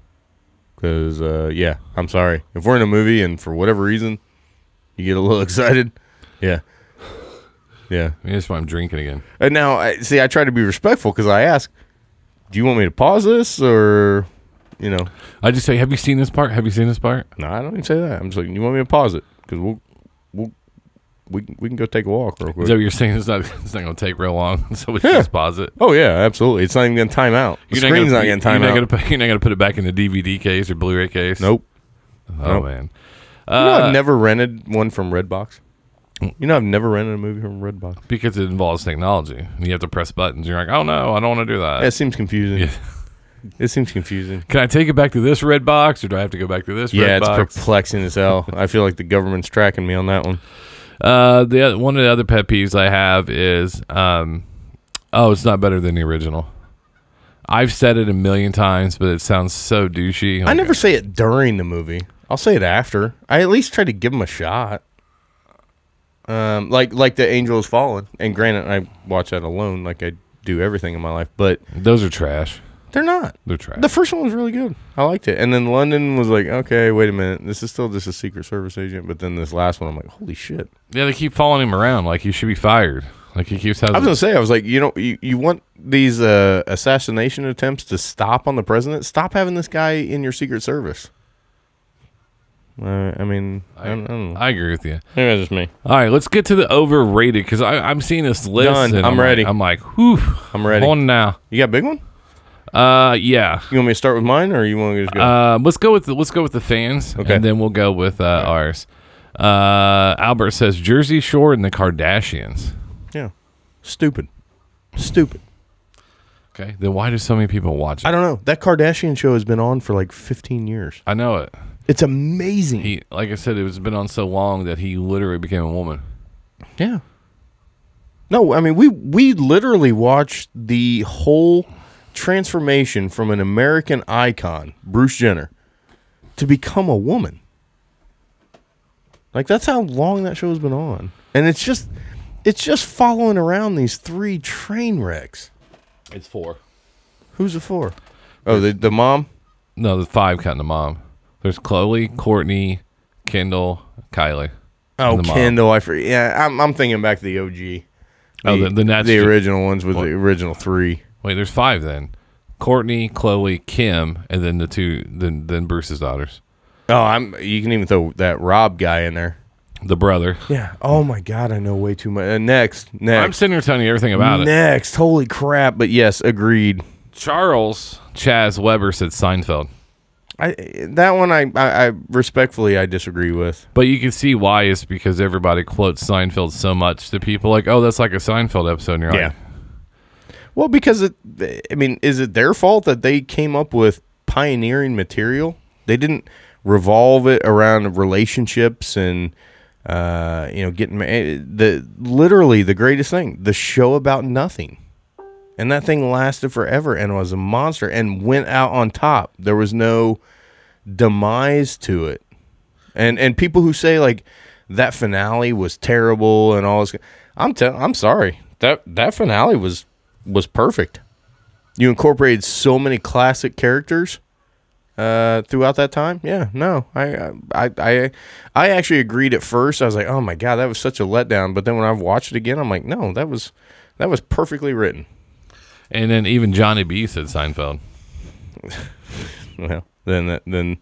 Speaker 5: Cuz uh yeah, I'm sorry. If we're in a movie and for whatever reason you get a little excited, yeah. Yeah.
Speaker 4: I mean, that's why I'm drinking again.
Speaker 5: And now, I see, I try to be respectful because I ask, "Do you want me to pause this, or you know?"
Speaker 4: I just say, have you seen this part? Have you seen this part?
Speaker 5: No, I don't even say that. I'm just like, "You want me to pause it?" Because we'll, we'll, we can, we can go take a walk real quick.
Speaker 4: So you're saying it's not it's not gonna take real long, so we should
Speaker 5: Yeah.
Speaker 4: just pause it.
Speaker 5: oh yeah, absolutely. It's not even gonna time out. The screen's not
Speaker 4: you're
Speaker 5: gonna time
Speaker 4: you're
Speaker 5: out.
Speaker 4: Not gonna, put- you're not gonna put it back in the DVD case or Blu-ray case.
Speaker 5: nope.
Speaker 4: Oh
Speaker 5: nope.
Speaker 4: man.
Speaker 5: You know,
Speaker 4: Uh,
Speaker 5: I've never rented one from Redbox. You know, I've never rented a movie from Redbox.
Speaker 4: because it involves technology, and you have to press buttons. You're like, oh no, I don't want to do that.
Speaker 5: That seems confusing.
Speaker 4: Yeah.
Speaker 5: It seems confusing.
Speaker 4: Can I take it back to this red box, or do I have to go back to this
Speaker 5: Yeah,
Speaker 4: red
Speaker 5: it's
Speaker 4: box?
Speaker 5: perplexing as hell. I feel like the government's tracking me on that one.
Speaker 4: uh, the oth- one of the other pet peeves I have is, um, oh, it's not better than the original. I've said it a million times, but it sounds so douchey.
Speaker 5: I never say it during the movie. I'll say it after. I at least try to give him a shot. Um, like like the angel has fallen. And granted, I watch that alone, like I do everything in my life. But
Speaker 4: Those are trash.
Speaker 5: they're not.
Speaker 4: They're trash.
Speaker 5: The first one was really good. I liked it. And then London was like, okay, wait a minute, this is still just a Secret Service agent. But then this last one, I'm like, holy shit.
Speaker 4: Yeah, they keep following him around. Like he should be fired. Like he keeps having.
Speaker 5: I was gonna say, I was like, you know, you, you want these uh, assassination attempts to stop on the president? Stop having this guy in your Secret Service. Uh, I mean, I, don't, I don't know.
Speaker 4: I agree with you.
Speaker 5: Maybe that's just me.
Speaker 4: All right, let's get to the overrated because I'm seeing this list.
Speaker 5: Done.
Speaker 4: and
Speaker 5: I'm
Speaker 4: like-
Speaker 5: ready.
Speaker 4: I'm like, whew.
Speaker 5: I'm ready.
Speaker 4: On now.
Speaker 5: You got a big one?
Speaker 4: Uh, yeah.
Speaker 5: You want me to start with mine, or you want to just go?
Speaker 4: Uh, let's go with the, let's go with the fans,
Speaker 5: Okay.
Speaker 4: and then we'll go with uh, ours. Uh, Albert says Jersey Shore and the Kardashians.
Speaker 5: yeah. Stupid. Stupid.
Speaker 4: Okay, then why do so many people watch it?
Speaker 5: I don't know. That Kardashian show has been on for like 15 years.
Speaker 4: I know it.
Speaker 5: It's amazing.
Speaker 4: He, like I said, it was been on so long that he literally became a woman.
Speaker 5: yeah. No, I mean we we literally watched the whole transformation from an American icon, Bruce Jenner, to become a woman. Like that's how long that show has been on, and it's just It's just following around these three train wrecks.
Speaker 6: It's four.
Speaker 5: Who's it for? Oh, the the mom.
Speaker 4: No, the five counting the mom. There's Chloe, Courtney, Kendall, Kylie.
Speaker 5: Oh,
Speaker 4: the mom.
Speaker 5: Kendall. I for yeah. I'm, I'm thinking back to the OG.
Speaker 4: Oh, the- the Nats ju-
Speaker 5: original ones with the original three.
Speaker 4: Wait, there's five then. Courtney, Chloe, Kim, and then the two then then Bruce's daughters.
Speaker 5: Oh, I'm. You can even throw that Rob guy in there.
Speaker 4: The brother.
Speaker 5: Yeah. Oh my God, I know way too much. Uh, next, next,
Speaker 4: I'm sitting here telling you everything about it.
Speaker 5: next. Holy crap! But yes, agreed.
Speaker 4: Charles Chaz Weber said Seinfeld.
Speaker 5: I that one I, I, I respectfully I disagree with.
Speaker 4: But you can see why is because everybody quotes Seinfeld so much to people like, oh, that's like a Seinfeld episode. And you're like,
Speaker 5: Well, because it, I mean, is it their fault that they came up with pioneering material? They didn't revolve it around relationships and uh, you know getting ma- the literally the greatest thing, the show about nothing. And that thing lasted forever and was a monster and went out on top. There was no demise to it. And and people who say like that finale was terrible and all this, I'm tell I'm sorry. That that finale was was perfect. You incorporated so many classic characters uh, throughout that time. Yeah, no, I I I I actually agreed at first. I was like, oh my god, that was such a letdown. But then when I watched it again, I'm like, no, that was that was perfectly written.
Speaker 4: and then even Johnny B said Seinfeld.
Speaker 5: Well, then that, then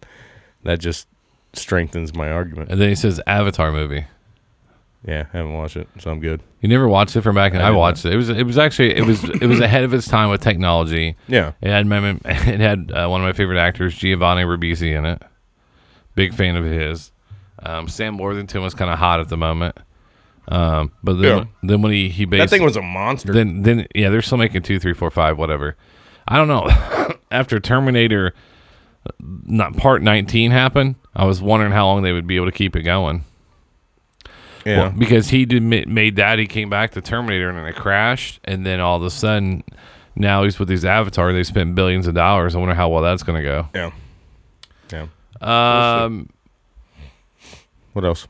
Speaker 5: that just strengthens my argument.
Speaker 4: And then he says Avatar movie.
Speaker 5: Yeah, I haven't watched it, so I'm good.
Speaker 4: You never watched it from back, and I,
Speaker 5: did not.
Speaker 4: watched it. It was it was actually it was it was ahead of its time with technology.
Speaker 5: Yeah.
Speaker 4: it had my, it had uh, one of my favorite actors, Giovanni Ribisi, in it. Big fan of his. Um, Sam Worthington was kind of hot at the moment, um, but then
Speaker 5: Yeah.
Speaker 4: then when he he
Speaker 5: That
Speaker 4: basically
Speaker 5: thing was a monster.
Speaker 4: then then yeah, they're still making two, three, four, five, whatever. I don't know. After Terminator, uh, not part nineteen happened, I was wondering how long they would be able to keep it going.
Speaker 5: yeah.
Speaker 4: Well, because he did ma- made that he came back to Terminator and then it crashed, and then all of a sudden, now he's with these Avatar. They spent billions of dollars. I wonder how well that's going to
Speaker 5: yeah. Yeah.
Speaker 4: go. Um,
Speaker 5: What else?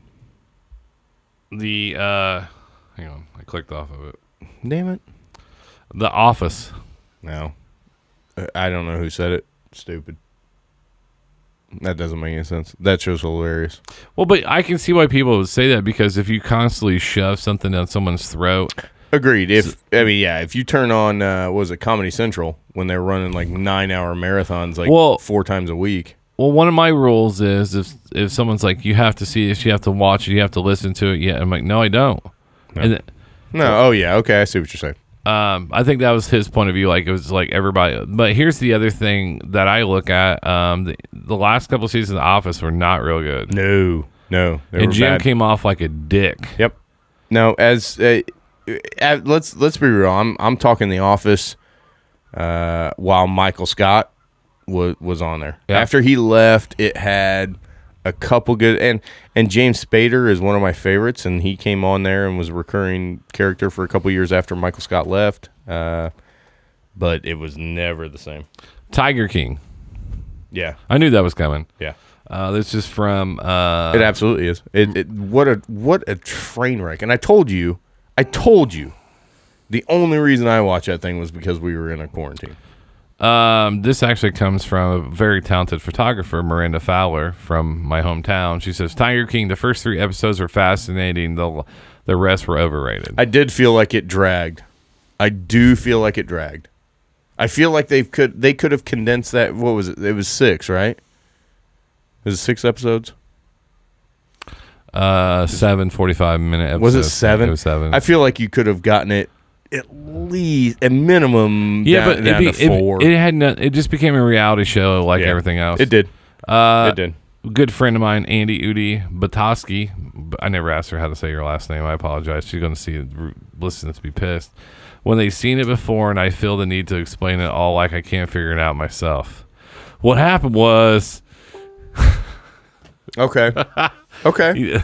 Speaker 4: the uh, hang on, I clicked off of it.
Speaker 5: Damn it.
Speaker 4: The Office.
Speaker 5: No. Uh, I don't know who said it. Stupid. That doesn't make any sense. That show's hilarious.
Speaker 4: Well, but I can see why people would say that because if you constantly shove something down someone's throat,
Speaker 5: Agreed. If I mean, yeah, if you turn on uh, what was it Comedy Central when they're running like nine hour marathons like
Speaker 4: Well-
Speaker 5: four times a week.
Speaker 4: Well, one of my rules is if if someone's like, you have to see this, you have to watch it, you have to listen to it. Yeah, I'm like, no, I don't. And th-
Speaker 5: No. Oh yeah. Okay. I see what you're saying.
Speaker 4: um, I think that was his point of view. Like it was like everybody. But here's the other thing that I look at. Um, the, the last couple seasons of The Office were not real good,
Speaker 5: No. No. They
Speaker 4: and
Speaker 5: were
Speaker 4: Jim
Speaker 5: bad.
Speaker 4: came off like a dick.
Speaker 5: Yep. Now, as uh, uh, let's let's be real, I'm I'm talking The Office. Uh, while Michael Scott was was on there,
Speaker 4: Yeah.
Speaker 5: after he left, it had a couple good and and James Spader is one of my favorites, and he came on there and was a recurring character for a couple years after Michael Scott left. Uh, but it was never the same.
Speaker 4: Tiger King.
Speaker 5: Yeah,
Speaker 4: I knew that was coming.
Speaker 5: yeah.
Speaker 4: Uh, this is from uh,
Speaker 5: It absolutely is. It, it what a what a train wreck. And I told you, I told you, the only reason I watched that thing was because we were in a quarantine.
Speaker 4: Um, this actually comes from a very talented photographer, Miranda Fowler, from my hometown. She says, "Tiger King. The first three episodes were fascinating. the The rest were overrated."
Speaker 5: I did feel like it dragged. I do feel like it dragged. I feel like they could they could have condensed that. What was it? It was six, right? Is it six episodes?
Speaker 4: uh, seven forty-five minute episodes.
Speaker 5: Was it seven?
Speaker 4: It was seven.
Speaker 5: I feel like you could have gotten it at least a minimum.
Speaker 4: yeah,
Speaker 5: down,
Speaker 4: but
Speaker 5: down
Speaker 4: it'd be-
Speaker 5: to
Speaker 4: it,
Speaker 5: four.
Speaker 4: it had no, it just became a reality show like
Speaker 5: Yeah.
Speaker 4: everything else.
Speaker 5: It did.
Speaker 4: Uh,
Speaker 5: it did.
Speaker 4: Good friend of mine, Andy Udi Batoski. I never asked her how to say your last name. I apologize. She's going to see, listen to be pissed. When they've seen it before, and I feel the need to explain it all, like I can't figure it out myself. What happened was,
Speaker 5: Okay. okay.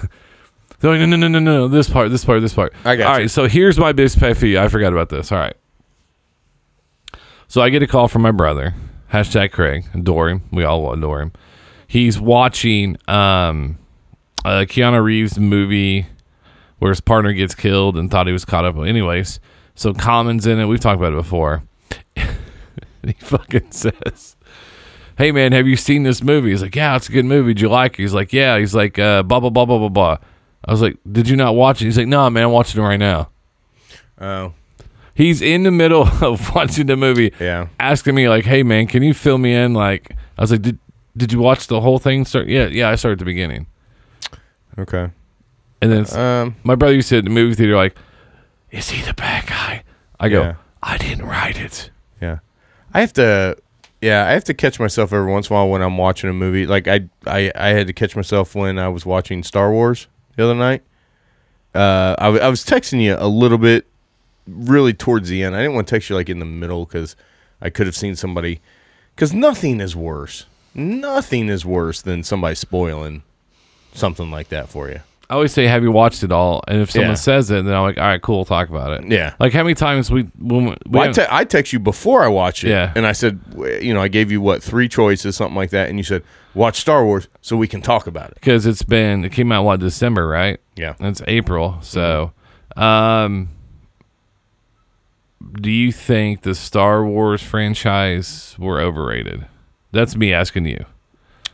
Speaker 4: no, no, no, no, no, no, this part, this part, this part.
Speaker 5: I got
Speaker 4: All
Speaker 5: you.
Speaker 4: right, so here's my biggest pet peeve. I forgot about this. All right. So I get a call from my brother, hashtag Craig. Adore him. We all adore him. He's watching um, uh, Keanu Reeves' movie where his partner gets killed and thought he was caught up. Anyways, so Common's in it. We've talked about it before. and he fucking says, "Hey man, have you seen this movie?" He's like, "Yeah, it's a good movie. Did you like it?" He's like, "Yeah." He's like, uh, "Blah blah blah blah blah blah." I was like, "Did you not watch it?" He's like, "No, man, I'm watching it right now."
Speaker 5: Oh,
Speaker 4: He's in the middle of watching the movie,
Speaker 5: Yeah.
Speaker 4: asking me like, "Hey man, can you fill me in?" Like, I was like, "Did did you watch the whole thing?" Start, yeah, yeah, I started at the beginning,
Speaker 5: okay.
Speaker 4: and then it's-
Speaker 5: Um,
Speaker 4: my brother used to sit in the movie theater like, "Is he the bad guy?" I go,
Speaker 5: Yeah.
Speaker 4: "I didn't write it."
Speaker 5: yeah. I have to. Yeah, I have to catch myself every once in a while when I'm watching a movie. Like I, I, I had to catch myself when I was watching Star Wars the other night. Uh, I, w- I was texting you a little bit, really towards the end. I didn't want to text you like in the middle because I could have seen somebody. Because nothing is worse. Nothing is worse than somebody spoiling something like that for you.
Speaker 4: I always say, "Have you watched it all?" And if someone
Speaker 5: Yeah.
Speaker 4: says it, then I'm like, "All right, cool, we'll talk about it."
Speaker 5: Yeah.
Speaker 4: Like how many times we when we, we
Speaker 5: Well, I,
Speaker 4: haven't-
Speaker 5: te- I text you before I watch it,
Speaker 4: Yeah.
Speaker 5: and I said, w- you know, I gave you what three choices, something like that, and you said, watch Star Wars so we can talk about it.
Speaker 4: because it's been it came out what December, right?
Speaker 5: Yeah. Mm-hmm.
Speaker 4: And it's April, so um, do you think the Star Wars franchise were overrated? That's me asking you.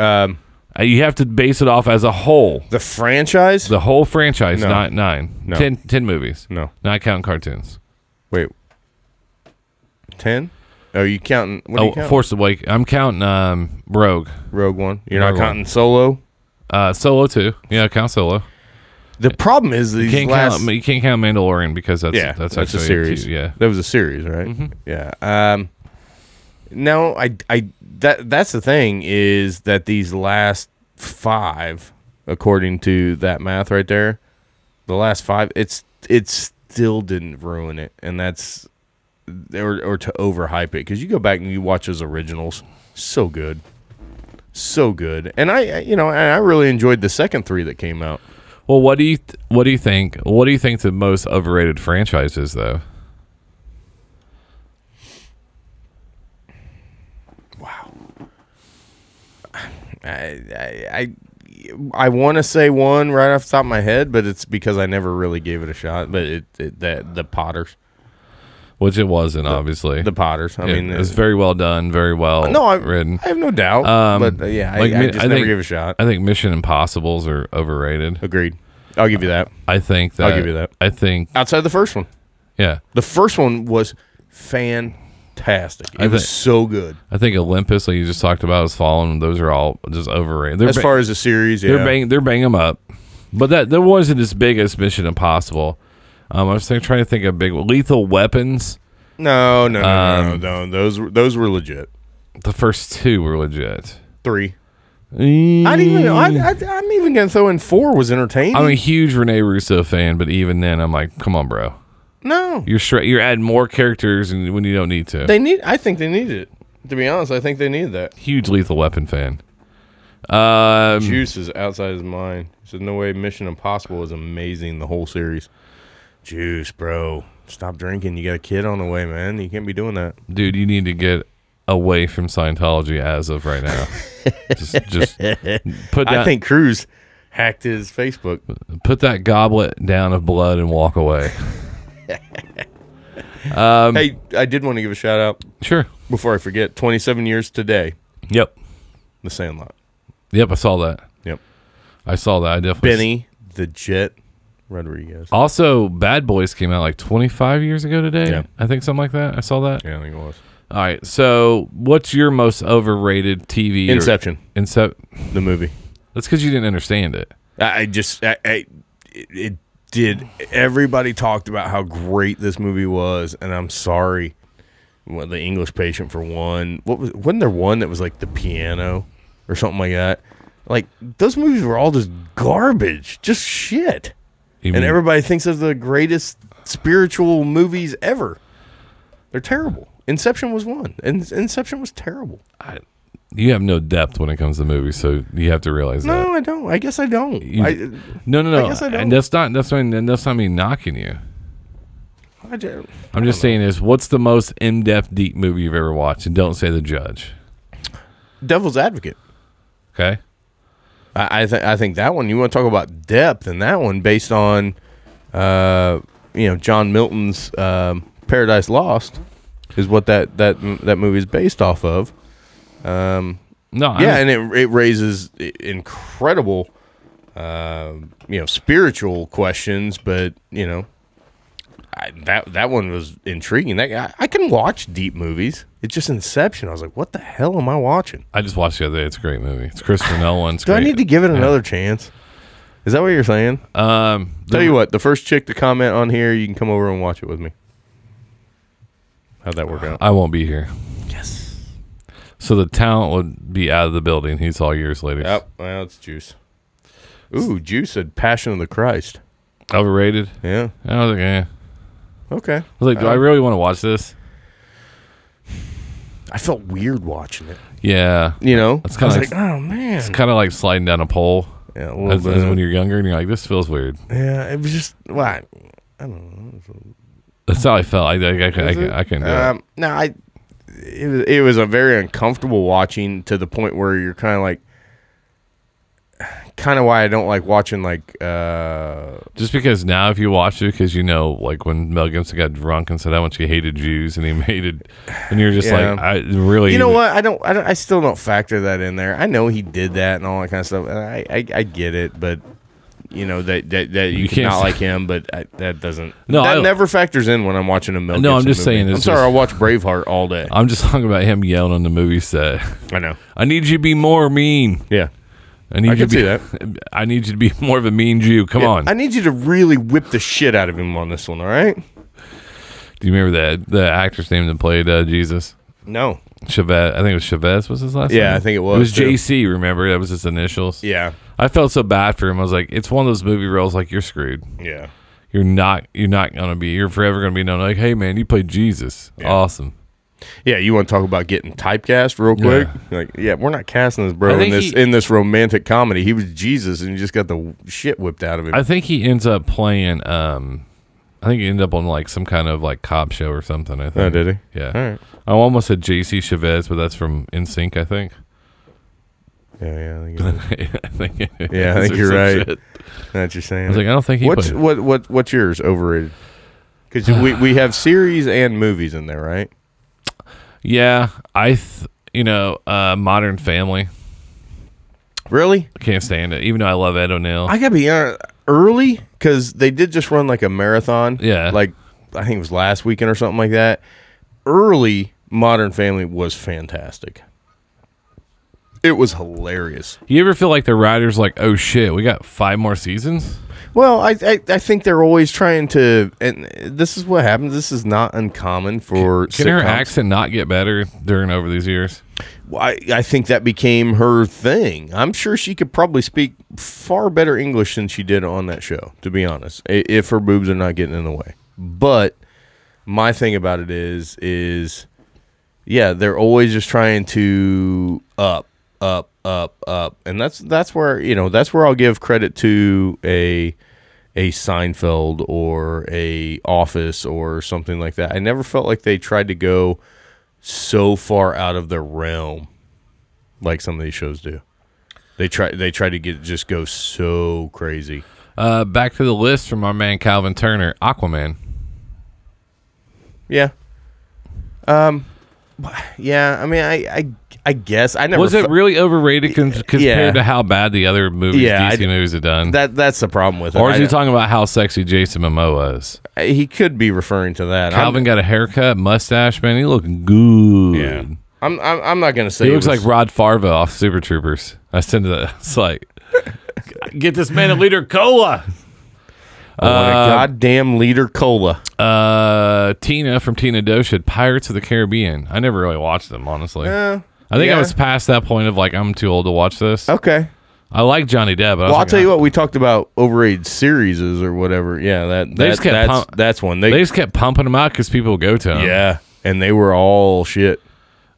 Speaker 5: Um,
Speaker 4: Uh, you have to base it off as a whole,
Speaker 5: the franchise?
Speaker 4: the whole franchise,
Speaker 5: No.
Speaker 4: not nine,
Speaker 5: No.
Speaker 4: ten, ten movies,
Speaker 5: no,
Speaker 4: not counting cartoons.
Speaker 5: wait, ten? Oh, you counting? What are you
Speaker 4: Oh,
Speaker 5: counting?
Speaker 4: Force Awake. I'm counting um, Rogue,
Speaker 5: Rogue One. You're
Speaker 4: Rogue
Speaker 5: not
Speaker 4: One.
Speaker 5: counting Solo.
Speaker 4: uh, Solo too. Yeah, count Solo.
Speaker 5: The problem is these
Speaker 4: Can't
Speaker 5: last.
Speaker 4: count. You can't count Mandalorian because that's
Speaker 5: yeah,
Speaker 4: that's,
Speaker 5: a
Speaker 4: actually
Speaker 5: series.
Speaker 4: two, yeah. Mm-hmm.
Speaker 5: that was a series, right? Yeah. Um, no, I, I, that, that's the thing is that these last five, according to that math right there, the last five, it's it still didn't ruin it, and that's or or to overhype it because you go back and you watch those originals, so good, so good, and I, I- you know, and I really enjoyed the second three that came out.
Speaker 4: Well, what do you th- what do you think? What do you think the most overrated franchise is, though?
Speaker 5: I I, I want to say one right off the top of my head, but it's because I never really gave it a shot. But it, it the the Potters,
Speaker 4: Which it wasn't, obviously.
Speaker 5: the Potters. I
Speaker 4: it,
Speaker 5: mean, uh,
Speaker 4: it was very well done, very well
Speaker 5: no, I,
Speaker 4: written.
Speaker 5: I have no doubt.
Speaker 4: Um,
Speaker 5: but uh, yeah,
Speaker 4: like,
Speaker 5: I, I
Speaker 4: mi-
Speaker 5: just
Speaker 4: I
Speaker 5: never
Speaker 4: think-
Speaker 5: gave it a shot.
Speaker 4: I think Mission Impossibles are overrated.
Speaker 5: Agreed. I'll give you that.
Speaker 4: I think that
Speaker 5: I'll give you that.
Speaker 4: I think
Speaker 5: Outside the first one,
Speaker 4: yeah.
Speaker 5: the first one was fantastic. It
Speaker 4: I
Speaker 5: was
Speaker 4: think-
Speaker 5: so good.
Speaker 4: I think Olympus, like you just talked about, is fallen. Those are all just overrated. They're
Speaker 5: As
Speaker 4: ba-
Speaker 5: far as the series, yeah.
Speaker 4: they're bang they're bang 'em up, but that there wasn't as big as Mission Impossible. Um, I was think, trying to think of big Lethal Weapons.
Speaker 5: no, no, no, no,
Speaker 4: Um,
Speaker 5: no, no. Those were those were legit.
Speaker 4: The first two were legit.
Speaker 5: Three. I didn't even. I, I, I'm even gonna throw in four was entertaining.
Speaker 4: I'm a huge Rene Russo fan, but even then, I'm like, come on, bro.
Speaker 5: no,
Speaker 4: You're shre- you're adding more characters and when you don't need to.
Speaker 5: They need. I think they needed it. To be honest, I think they needed that.
Speaker 4: huge Lethal Weapon fan. Um,
Speaker 5: Juice is outside his mind. He said, "No way, Mission Impossible is amazing. The whole series." Juice, bro, stop drinking. You got a kid on the way, man. You can't be doing that.
Speaker 4: dude, you need to get away from Scientology as of right now. just, just put that
Speaker 5: I think Cruz hacked his Facebook.
Speaker 4: put that goblet down of blood and walk away.
Speaker 5: hey, I did want to give a shout out
Speaker 4: sure.
Speaker 5: before I forget. Twenty-seven years today,
Speaker 4: Yep.
Speaker 5: The Sandlot.
Speaker 4: Yep. I saw that.
Speaker 5: Yep.
Speaker 4: I saw that. I definitely.
Speaker 5: Benny the Jet Rodriguez.
Speaker 4: Also, Bad Boys came out like 25 years ago today.
Speaker 5: Yeah.
Speaker 4: I think something like that. I saw that.
Speaker 5: Yeah, I think it was
Speaker 4: All right. So, what's your most overrated TV? or-
Speaker 5: Inception,
Speaker 4: Incep.
Speaker 5: the movie.
Speaker 4: That's because you didn't understand it.
Speaker 5: I I just I, I it, it did. Everybody talked about how great this movie was, and I'm sorry. Well, the English Patient for one. What was wasn't there one that was like the piano or something like that? Like those movies were all just garbage, just shit.
Speaker 4: You
Speaker 5: And
Speaker 4: mean-
Speaker 5: everybody thinks of the greatest spiritual movies ever. They're terrible. Inception was one, and Inception was terrible.
Speaker 4: you have no depth when it comes to movies, so you have to realize
Speaker 5: No,
Speaker 4: that.
Speaker 5: I don't. I guess I don't.
Speaker 4: You-
Speaker 5: I,
Speaker 4: no, no, no.
Speaker 5: I guess I
Speaker 4: and
Speaker 5: don't.
Speaker 4: that's not that's not that's not me knocking you.
Speaker 5: I don't.
Speaker 4: I'm just saying is what's the most in depth deep movie you've ever watched, and don't say The Judge.
Speaker 5: Devil's Advocate.
Speaker 4: Okay.
Speaker 5: I I, th- I think that one you want to talk about depth in that one based on uh, you know John Milton's um, Paradise Lost is what that that that movie is based off of. Um,
Speaker 4: No, I
Speaker 5: yeah,
Speaker 4: don't-
Speaker 5: and it it raises i- incredible, uh, you know, spiritual questions. But you know, I, that that one was intriguing. That I, I can watch deep movies. It's just Inception. I was like, what the hell am I watching?
Speaker 4: I just watched the other day. It's a great movie. It's Christopher Nolan. It's
Speaker 5: Do I
Speaker 4: great.
Speaker 5: need to give it another chance? Is that what you're saying?
Speaker 4: Um,
Speaker 5: Tell you what, the first chick to comment on here, you can come over and watch it with me. How'd that work out?
Speaker 4: I won't be here. Yes. So the talent would be out of the building. He's all yours later.
Speaker 5: Yep. Well, it's Juice. Ooh, Juice said Passion of the Christ.
Speaker 4: Overrated.
Speaker 5: Yeah.
Speaker 4: I was like, eh. I
Speaker 5: Okay. Uh,
Speaker 4: was like, do I really want to watch this?
Speaker 5: I felt weird watching it.
Speaker 4: Yeah.
Speaker 5: You know?
Speaker 4: It's
Speaker 5: I
Speaker 4: kinda
Speaker 5: was
Speaker 4: like-
Speaker 5: like, oh, man.
Speaker 4: It's kind of like sliding down a pole.
Speaker 5: Yeah, a little
Speaker 4: As, as
Speaker 5: bit.
Speaker 4: when you're younger and you're like, this feels weird.
Speaker 5: yeah, it was just, well, I,
Speaker 4: That's how I felt. I, I, I, can- I, can- I couldn't do it.
Speaker 5: um, no, I, it was, it was a very uncomfortable watching to the point where you're kind of like, kind of why I don't like watching like, uh,
Speaker 4: Just because now, if you watch it, because you know, like when Mel Gibson got drunk and said how much he hated Jews and he hated, and you're just
Speaker 5: Yeah.
Speaker 4: like, I really.
Speaker 5: You know what? I don't, I don't. I still don't factor that in there. I know he did that and all that kind of stuff. and I, I, I get it, but you know that that, that you,
Speaker 4: You
Speaker 5: can
Speaker 4: can't
Speaker 5: not
Speaker 4: s-
Speaker 5: like him, but I, that doesn't.
Speaker 4: No,
Speaker 5: that
Speaker 4: I-
Speaker 5: never factors in when I'm watching a Mel.
Speaker 4: No, I'm
Speaker 5: Gibson
Speaker 4: just
Speaker 5: movie.
Speaker 4: saying
Speaker 5: I'm
Speaker 4: it's
Speaker 5: sorry.
Speaker 4: just-
Speaker 5: I watch Braveheart all day.
Speaker 4: I'm just talking about him yelling on the movie set.
Speaker 5: I know.
Speaker 4: I need you to be more mean.
Speaker 5: Yeah.
Speaker 4: I need
Speaker 5: I
Speaker 4: you to
Speaker 5: can
Speaker 4: be,
Speaker 5: see that.
Speaker 4: I need you to be more of a mean Jew. Come on.
Speaker 5: I need you to really whip the shit out of him on this one. All right.
Speaker 4: Do you remember that the actor's name that played uh, Jesus?
Speaker 5: No.
Speaker 4: Chavez. I think it was Chavez was his last name.
Speaker 5: Yeah, I think it was,
Speaker 4: It was
Speaker 5: too.
Speaker 4: JC, remember? That was his initials.
Speaker 5: Yeah.
Speaker 4: I felt so bad for him. I was like, it's one of those movie roles like you're screwed.
Speaker 5: Yeah.
Speaker 4: You're not you're not gonna be you're forever gonna be known like, hey man, you played Jesus. Awesome.
Speaker 5: Yeah, you want to talk about getting typecast real quick? Like, yeah, we're not casting this bro in
Speaker 4: think
Speaker 5: this
Speaker 4: he-
Speaker 5: in this romantic comedy. He was Jesus, and you just got the shit whipped out of him.
Speaker 4: I think he ends up playing um I think he ended up on like some kind of like cop show or something, I think.
Speaker 5: oh, did he?
Speaker 4: Yeah.
Speaker 5: All right.
Speaker 4: I almost said JC Chavez, but that's from NSYNC, I think.
Speaker 5: Yeah, yeah. I think it was.
Speaker 4: I think it is
Speaker 5: Yeah, I think
Speaker 4: or
Speaker 5: you're
Speaker 4: some
Speaker 5: right.
Speaker 4: shit.
Speaker 5: That's you're saying.
Speaker 4: I was like, I don't think he
Speaker 5: what's
Speaker 4: played-
Speaker 5: what what what's yours overrated? Because we we have series and movies in there, right?
Speaker 4: Yeah, I th- you know, uh Modern Family.
Speaker 5: Really?
Speaker 4: Can't stand it, even though I love Ed O'Neill.
Speaker 5: I gotta be honest, early because they did just run like a marathon.
Speaker 4: Yeah.
Speaker 5: like I think it was last weekend or something like that. Early Modern Family was fantastic. It was hilarious.
Speaker 4: you ever feel like the writer's like, oh shit, we got five more seasons?
Speaker 5: Well, I, I I think they're always trying to, and this is what happens. This is not uncommon for
Speaker 4: Can her
Speaker 5: sitcoms.
Speaker 4: accent not get better during over these years?
Speaker 5: Well, I, I think that became her thing. I'm sure she could probably speak far better English than she did on that show, to be honest, i- if her boobs are not getting in the way. But my thing about it is, is yeah, they're always just trying to up, up, up, up, and that's that's where you know that's where I'll give credit to a a Seinfeld or a Office or something like that. I never felt like they tried to go so far out of their realm like some of these shows do. They try they try to get just go so crazy.
Speaker 4: Uh, back to the list from our man Calvin Turner, Aquaman.
Speaker 5: Yeah. Um yeah, I mean I I, I guess I never
Speaker 4: Was it
Speaker 5: fe-
Speaker 4: really overrated con- compared to how bad the other movies,
Speaker 5: Yeah, I
Speaker 4: DC
Speaker 5: d-
Speaker 4: movies have done?
Speaker 5: that that's the problem with it.
Speaker 4: or is
Speaker 5: I-
Speaker 4: he talking about how sexy Jason Momoa is?
Speaker 5: he could be referring to that.
Speaker 4: Calvin got a haircut, mustache, man. He looking good.
Speaker 5: I'm, yeah. I'm, I'm I'm not gonna say
Speaker 4: He
Speaker 5: it
Speaker 4: looks
Speaker 5: was-
Speaker 4: like Rod Farva off Super Troopers. I sent that. It's like, get this man a liter cola.
Speaker 5: I want a goddamn liter cola.
Speaker 4: Uh, Tina from Tina Dosha, Pirates of the Caribbean. I never really watched them, honestly.
Speaker 5: Uh,
Speaker 4: I think
Speaker 5: yeah.
Speaker 4: I was past that point of like, I'm too old to watch this.
Speaker 5: Okay.
Speaker 4: I like Johnny Depp. But I was
Speaker 5: Well, I'll
Speaker 4: like,
Speaker 5: tell you
Speaker 4: "Ah."
Speaker 5: what, we talked about overrated series or whatever. Yeah, that, that
Speaker 4: just kept
Speaker 5: that's
Speaker 4: pump-
Speaker 5: that's one.
Speaker 4: They just kept pumping them out because people go to them.
Speaker 5: Yeah, and they were all shit.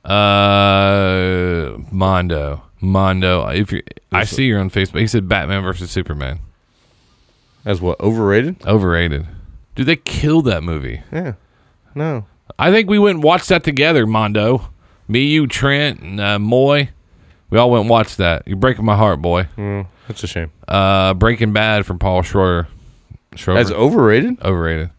Speaker 4: Uh, Mondo, Mondo. If you, I see you're on Facebook. He said Batman versus Superman.
Speaker 5: That's what overrated.
Speaker 4: Overrated. Dude, they killed that movie.
Speaker 5: Yeah, no.
Speaker 4: I think we went and watched that together, Mondo. Me, you, Trent, and uh, Moy. We all went and watched that. You're breaking my heart, boy.
Speaker 5: That's a shame.
Speaker 4: Uh, Breaking Bad from Paul Schroeder. Sure.
Speaker 5: As overrated?
Speaker 4: overrated.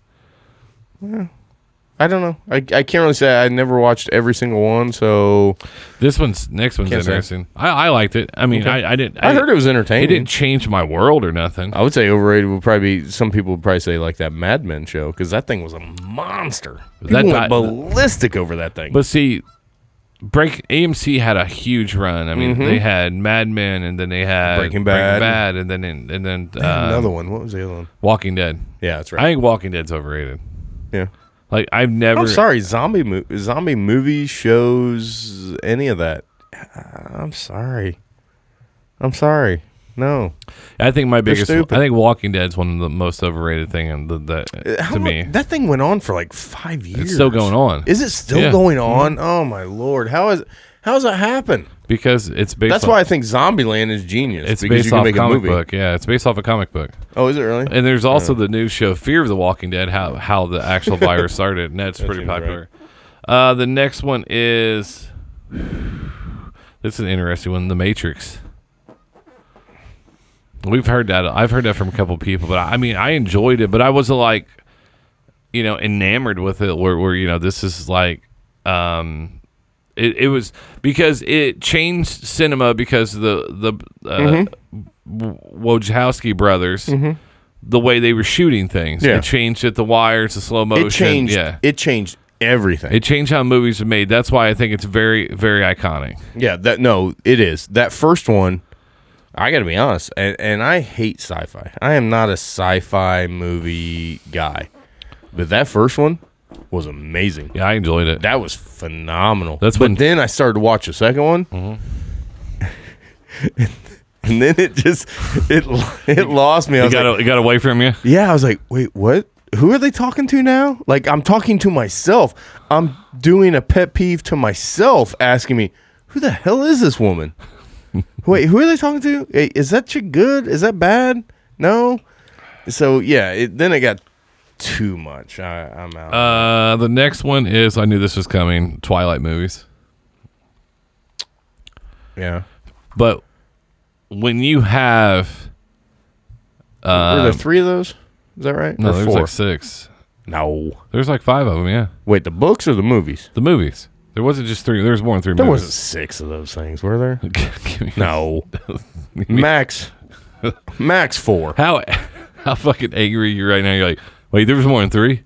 Speaker 5: I don't know. I, I can't really say I never watched every single one, so
Speaker 4: This one's next one's
Speaker 5: Can't say.
Speaker 4: interesting. I, I liked it. I mean, I, I didn't.
Speaker 5: I, heard it was entertaining. Oh.
Speaker 4: It didn't change my world or nothing.
Speaker 5: I would say overrated would probably be some people would probably say like that Mad Men show because that thing was a monster. People
Speaker 4: That
Speaker 5: went
Speaker 4: di-
Speaker 5: ballistic over that thing.
Speaker 4: But see, break AMC had a huge run. I mean, they had Mad Men, and then they had
Speaker 5: Mm-hmm. Breaking Bad.
Speaker 4: Bad, and then and then uh,
Speaker 5: Another one. What was the other one?
Speaker 4: Walking Dead.
Speaker 5: Yeah, that's
Speaker 4: I
Speaker 5: right.
Speaker 4: think Walking Dead's overrated.
Speaker 5: yeah.
Speaker 4: Like I've never.
Speaker 5: I'm sorry, zombie mo- zombie movies, shows, any of that. Uh, I'm sorry. I'm sorry. No.
Speaker 4: I think my biggest. I
Speaker 5: stupid.
Speaker 4: think Walking Dead's one of the most overrated thing and the, the,
Speaker 5: How
Speaker 4: to
Speaker 5: lo-
Speaker 4: me.
Speaker 5: that thing went on for like five years.
Speaker 4: It's still going on.
Speaker 5: Is it still
Speaker 4: Yeah.
Speaker 5: going on? Oh my lord! How is how does that happen?
Speaker 4: because it's based.
Speaker 5: That's
Speaker 4: off,
Speaker 5: why I think Zombieland is genius.
Speaker 4: it's
Speaker 5: because
Speaker 4: based
Speaker 5: you can
Speaker 4: off
Speaker 5: make a
Speaker 4: comic
Speaker 5: movie.
Speaker 4: book. Yeah, it's based off a comic book.
Speaker 5: Oh, is it really?
Speaker 4: And there's also the new show Fear of the Walking Dead, how how the actual virus started, and that's pretty
Speaker 5: seems right.
Speaker 4: popular. Uh, the next one is this is an interesting one, The Matrix. We've heard that. I've heard that from a couple people, but I, I mean, I enjoyed it, but I wasn't like, you know, enamored with it. Where, where you know, this is like, um, it, it was because it changed cinema because the the uh,
Speaker 5: Mm-hmm.
Speaker 4: Wojciechowski brothers, the way they were shooting things.
Speaker 5: Yeah.
Speaker 4: It changed it, the wires, the slow motion.
Speaker 5: it changed.
Speaker 4: Yeah. It,
Speaker 5: It changed everything.
Speaker 4: changed how movies are made. That's why I think it's very, very iconic.
Speaker 5: yeah. That no, it is that first one. I got to be honest, and, and I hate sci-fi. I am not a sci-fi movie guy, but that first one was amazing.
Speaker 4: Yeah, I enjoyed it.
Speaker 5: That was phenomenal.
Speaker 4: That's
Speaker 5: but
Speaker 4: when- Mm-hmm.
Speaker 5: then I started to watch the second one. and then it just it it lost me. I
Speaker 4: it,
Speaker 5: was
Speaker 4: got,
Speaker 5: like,
Speaker 4: it got away from you.
Speaker 5: yeah, I was like, wait, what? Who are they talking to now? Like I'm talking to myself. I'm doing a pet peeve to myself asking me, who the hell is this woman? wait, who are they talking to? Hey, Is that chick good? Is that bad? No. So yeah, it, then it got too much. I, I'm out.
Speaker 4: Uh, the next one is I knew this was coming. Twilight movies,
Speaker 5: yeah.
Speaker 4: but when you have
Speaker 5: Were there three of those? Is that right?
Speaker 4: Um, no,
Speaker 5: Or
Speaker 4: there's
Speaker 5: four?
Speaker 4: like six.
Speaker 5: no.
Speaker 4: There's like five of them. Yeah,
Speaker 5: Wait, the books or the movies?
Speaker 4: the movies. There wasn't just three. There was more than three.
Speaker 5: There wasn't
Speaker 4: movies.
Speaker 5: six of those things, were there?
Speaker 4: wasn't.
Speaker 5: No. Max. Max four.
Speaker 4: How how fucking angry you right now? You're like, wait, there was more than three.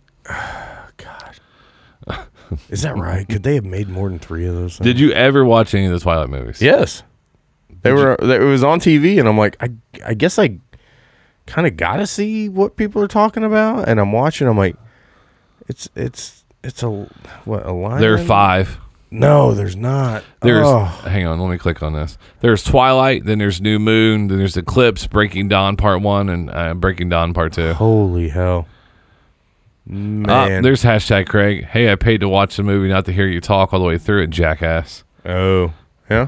Speaker 5: Is that right? Could they have made more than three of those? Things?
Speaker 4: Did you ever watch any of the Twilight movies?
Speaker 5: Yes. They were. It was on TV, and I'm like, I, I guess I kind of got to see what people are talking about, and I'm watching. I'm like, it's it's it's a what a line.
Speaker 4: There are five.
Speaker 5: No, there's not.
Speaker 4: There's
Speaker 5: Oh.
Speaker 4: hang on, let me click on this. There's Twilight, then there's New Moon, then there's Eclipse, Breaking Dawn Part One, and uh, Breaking Dawn Part Two.
Speaker 5: holy hell.
Speaker 4: Uh,
Speaker 5: Oh, Man.
Speaker 4: there's hashtag Craig. Hey, I paid to watch the movie, not to hear you talk all the way through it, jackass.
Speaker 5: Oh, yeah.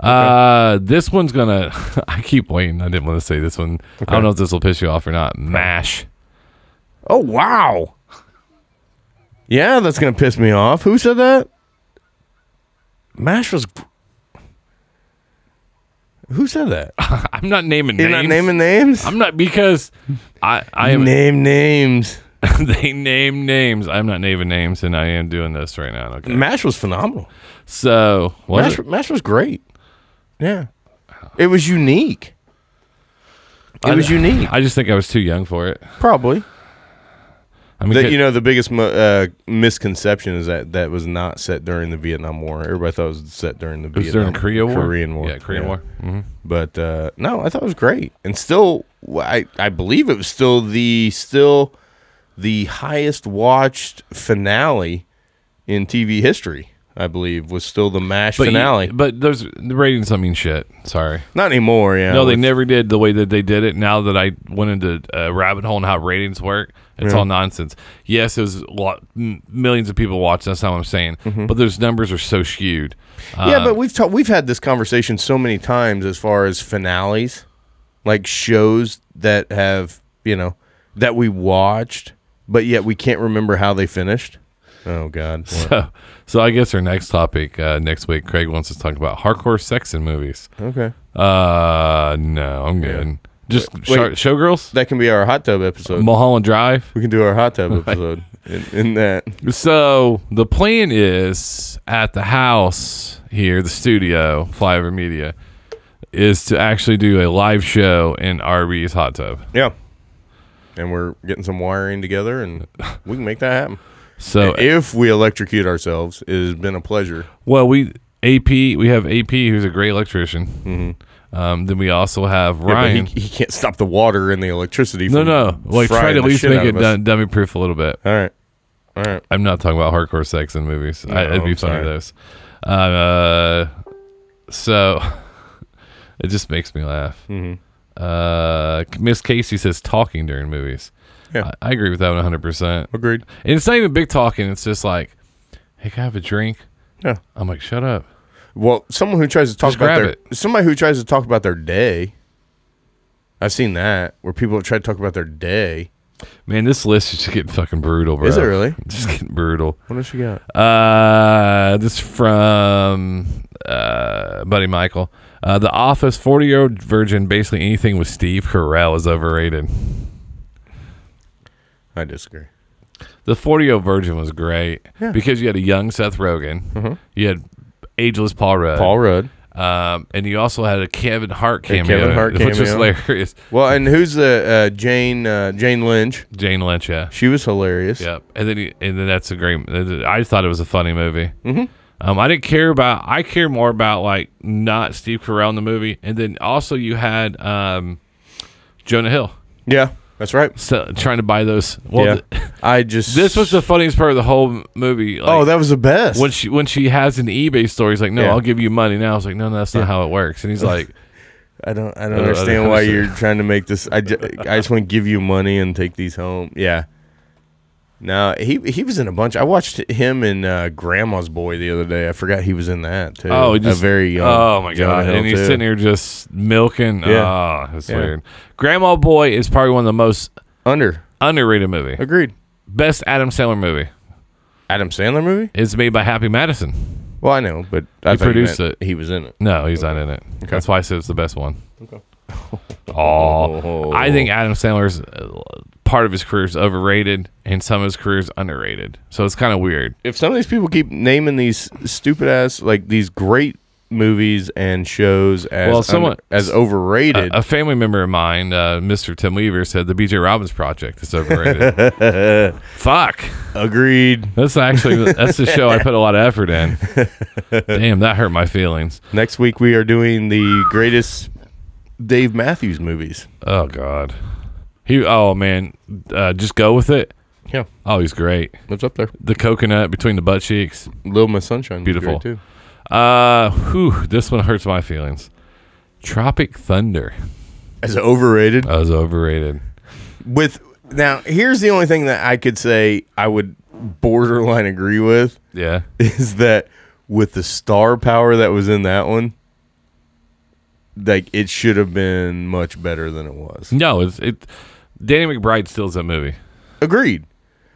Speaker 4: Uh, this one's gonna. I keep waiting. I didn't want to say this one. I don't know if this will piss you off or not. Mash.
Speaker 5: Oh wow. Yeah, that's gonna piss me off. Who said that? Mash was. Who said that?
Speaker 4: I'm not naming
Speaker 5: You're
Speaker 4: names.
Speaker 5: not naming names.
Speaker 4: I'm not because I I am
Speaker 5: name names.
Speaker 4: they name names. I'm not naming names, and I am doing this right now. Okay.
Speaker 5: Mash was phenomenal.
Speaker 4: So was
Speaker 5: Mash,
Speaker 4: it?
Speaker 5: Mash was great. Yeah, it was unique. It was unique,
Speaker 4: I just think I was too young for it.
Speaker 5: probably.
Speaker 4: I mean,
Speaker 5: That you know, the biggest mo- uh, misconception is that that was not set during the Vietnam War. Everybody thought it was set during the
Speaker 4: it was during
Speaker 5: Vietnam
Speaker 4: the Korea War.
Speaker 5: Korean War.
Speaker 4: Yeah, Korean War. hmm
Speaker 5: But uh, no, I thought it was great, and still, I I believe it was still the still the highest watched finale in TV history. I believe was still the Mash
Speaker 4: But
Speaker 5: finale.
Speaker 4: You, but those the ratings, I mean, shit. Sorry.
Speaker 5: Not anymore. Yeah.
Speaker 4: No, they
Speaker 5: With-
Speaker 4: never did the way that they did it. Now that I went into a rabbit hole and how ratings work, it's all nonsense. Yes, it was a lot, m- millions of people watched. That's not what I'm saying.
Speaker 5: Mm-hmm.
Speaker 4: But those numbers are so skewed.
Speaker 5: Yeah,
Speaker 4: Um,
Speaker 5: but we've ta- we've had this conversation so many times as far as finales, like shows that have you know that we watched, but yet we can't remember how they finished. Oh God. What?
Speaker 4: So, so I guess our next topic uh, next week, Craig wants us to talk about hardcore sex in movies.
Speaker 5: Okay.
Speaker 4: Uh, no, I'm good. Just
Speaker 5: wait.
Speaker 4: show- showgirls,
Speaker 5: That can be our hot tub episode.
Speaker 4: Mulholland Drive.
Speaker 5: we can do our hot tub episode in, in that.
Speaker 4: So the plan is at the house here, the studio, Flyover Media, is to actually do a live show in Arby's hot tub.
Speaker 5: Yeah. And we're getting some wiring together, and we can make that happen.
Speaker 4: So
Speaker 5: if we electrocute ourselves, it has been a pleasure.
Speaker 4: Well, we AP we have AP who's a great electrician. Um, then we also have
Speaker 5: Mm-hmm. Yeah, but
Speaker 4: Ryan.
Speaker 5: he, he can't stop the water and the electricity.
Speaker 4: no,
Speaker 5: from
Speaker 4: no, like try
Speaker 5: frying
Speaker 4: to at
Speaker 5: the
Speaker 4: least
Speaker 5: shit
Speaker 4: make
Speaker 5: out
Speaker 4: it
Speaker 5: of us.
Speaker 4: dum- dummy proof a little bit.
Speaker 5: All right, all right.
Speaker 4: I'm not talking about hardcore sex in movies. I, it'd be funny
Speaker 5: I'm sorry.
Speaker 4: those. Um, uh, so it just makes me laugh.
Speaker 5: Mm-hmm.
Speaker 4: Uh, Miss Casey says talking during movies.
Speaker 5: Yeah.
Speaker 4: I, I agree with that 100. percent And
Speaker 5: Agreed.
Speaker 4: it's not even big talking. It's just like, hey, can I have a drink?
Speaker 5: Yeah.
Speaker 4: I'm like, shut up.
Speaker 5: Well, someone who tries to talk
Speaker 4: Just
Speaker 5: about
Speaker 4: grab
Speaker 5: their somebody who tries to talk about their day. I've seen that where people try to talk about their day.
Speaker 4: Man, this list is just getting fucking brutal, bro.
Speaker 5: Is it really?
Speaker 4: Just getting brutal.
Speaker 5: What else you got?
Speaker 4: Uh, this is from uh, buddy Michael. Uh, the Office, forty-year-old virgin, basically anything with Steve Carell is overrated.
Speaker 5: I disagree.
Speaker 4: The forty-year-old virgin was great
Speaker 5: Yeah. Mm-hmm.
Speaker 4: because you had a young Seth Rogen, you had ageless Paul Rudd,
Speaker 5: Paul Rudd.
Speaker 4: um, and you also had a Kevin Hart cameo,
Speaker 5: Kevin Hart
Speaker 4: which was
Speaker 5: cameo.
Speaker 4: hilarious.
Speaker 5: Well, and who's the uh, Jane uh, Jane Lynch?
Speaker 4: Jane Lynch, yeah.
Speaker 5: She was hilarious.
Speaker 4: Yep. And then he, and then that's a great. I thought it was a funny movie. Mm-hmm. Um, I didn't care about. I care more about like not Steve Carell in the movie, and then also you had um, Jonah Hill
Speaker 5: Yeah, that's right.
Speaker 4: so, trying to buy those. Well,
Speaker 5: yeah,
Speaker 4: th-
Speaker 5: I just
Speaker 4: this was the funniest part of the whole movie. Like,
Speaker 5: oh that was the best.
Speaker 4: when she when she has an eBay story, he's like, "No,
Speaker 5: Yeah.
Speaker 4: I'll give you money now." I was like, "No, no, that's not how it works." And he's like,
Speaker 5: I don't. I don't
Speaker 4: I don't
Speaker 5: understand why
Speaker 4: understand.
Speaker 5: you're trying to make this. I just, I just want to give you money and take these home. Yeah. No, he he was in a bunch. I watched him in uh, Grandma's Boy the other day. I forgot he was in that too.
Speaker 4: "Oh,
Speaker 5: A
Speaker 4: just
Speaker 5: very young.
Speaker 4: oh my
Speaker 5: Jonah
Speaker 4: god!"
Speaker 5: Hill,
Speaker 4: And he's
Speaker 5: too.
Speaker 4: sitting here just milking.
Speaker 5: Yeah.
Speaker 4: Yeah, it's
Speaker 5: Yeah.
Speaker 4: weird. Grandma Boy is probably one of the most
Speaker 5: under.
Speaker 4: underrated movie.
Speaker 5: Agreed.
Speaker 4: Best Adam Sandler movie.
Speaker 5: Adam Sandler movie?
Speaker 4: It's made by Happy Madison.
Speaker 5: Well, I know, but I
Speaker 4: He
Speaker 5: thought you
Speaker 4: produced
Speaker 5: meant
Speaker 4: it.
Speaker 5: He was in it.
Speaker 4: No, he's not in it. That's why I said it's the best one. Oh, I think Adam Sandler's uh, part of his career is overrated, and some of his career is underrated. So it's kind of weird.
Speaker 5: If some of these people keep naming these stupid ass like these great movies and shows as
Speaker 4: Well,
Speaker 5: under-
Speaker 4: someone- Uh,
Speaker 5: as overrated,
Speaker 4: A family member of mine, uh, Mr. Tim Weaver, said the B.J. Robbins Project is overrated. Fuck,
Speaker 5: agreed.
Speaker 4: that's actually that's the show I put a lot of effort in. Damn, that hurt my feelings.
Speaker 5: Next week we are doing the greatest Dave Matthews movies.
Speaker 4: Oh God, he. Oh man, uh, just go with it.
Speaker 5: Yeah,
Speaker 4: Oh, he's great.
Speaker 5: it's up there.
Speaker 4: The coconut between the butt cheeks.
Speaker 5: Little Miss Sunshine, was
Speaker 4: Beautiful.
Speaker 5: great, too.
Speaker 4: Uh, whew, this one hurts my feelings. Tropic Thunder
Speaker 5: As overrated
Speaker 4: I was overrated.
Speaker 5: with now. Here's the only thing that I could say I would borderline agree with
Speaker 4: Yeah.
Speaker 5: is that with the star power that was in that one, like it should have been much better than it was.
Speaker 4: No, it's it. Danny McBride steals that movie.
Speaker 5: Agreed.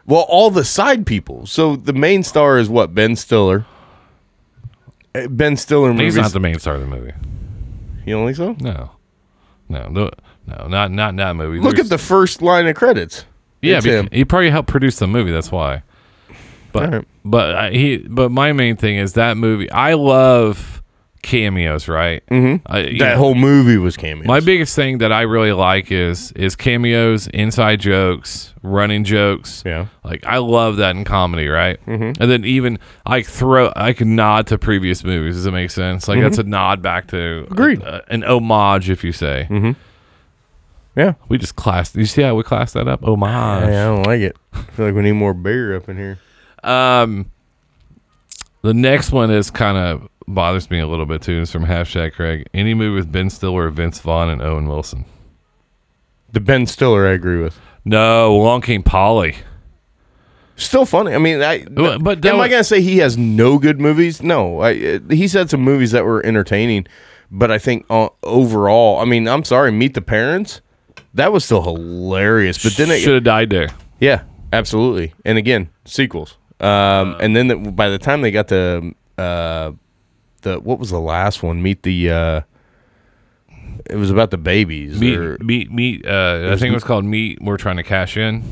Speaker 5: Well, all the side people. So the main star is what Ben Stiller. Eh, Ben Stiller movies.
Speaker 4: He's not the main star of the movie.
Speaker 5: you don't think so?
Speaker 4: No, no, no, no not not in that movie.
Speaker 5: Look
Speaker 4: There's-
Speaker 5: at the first line of credits.
Speaker 4: yeah.
Speaker 5: it's
Speaker 4: beca-
Speaker 5: him.
Speaker 4: He probably helped produce the movie. That's why. But
Speaker 5: Alright.
Speaker 4: but I, he but my main thing is that movie. I love cameos, right? Mm-hmm. I, you
Speaker 5: That
Speaker 4: know,
Speaker 5: whole movie was cameos.
Speaker 4: My biggest thing that I really like is is cameos, inside jokes, running jokes.
Speaker 5: Yeah.
Speaker 4: like I love that in comedy, right? Mm-hmm. And then even I throw, I can nod to previous movies. Does it make sense? Like that's a nod back to
Speaker 5: Mm-hmm. Agreed. Mm-hmm.
Speaker 4: uh, an homage, if you say.
Speaker 5: yeah.
Speaker 4: We just class. You see how we class that up? Homage.
Speaker 5: I don't like it. I feel like we need more beer up in here.
Speaker 4: Um, the next one is kind of bothers me a little bit too. It's from hashtag Craig. Any movie with Ben Stiller, Vince Vaughn, and Owen Wilson.
Speaker 5: The Ben Stiller, I agree with.
Speaker 4: No, Long King Polly.
Speaker 5: Still funny. I mean, I,
Speaker 4: Well, but that
Speaker 5: am I
Speaker 4: was-
Speaker 5: gonna say he has no good movies? No. I, eh, he's had some movies that were entertaining, but I think uh, overall, I mean, I'm sorry, Meet the Parents, that was still hilarious. But then it,
Speaker 4: should have died there.
Speaker 5: Yeah, absolutely. And again, sequels.
Speaker 4: Uh.
Speaker 5: Um, and then the, by the time they got to uh, the what was the last one? Meet the uh, it was about the babies. or-
Speaker 4: Meat, meat, meat. Uh, I think it was called Meat. We're trying to cash in.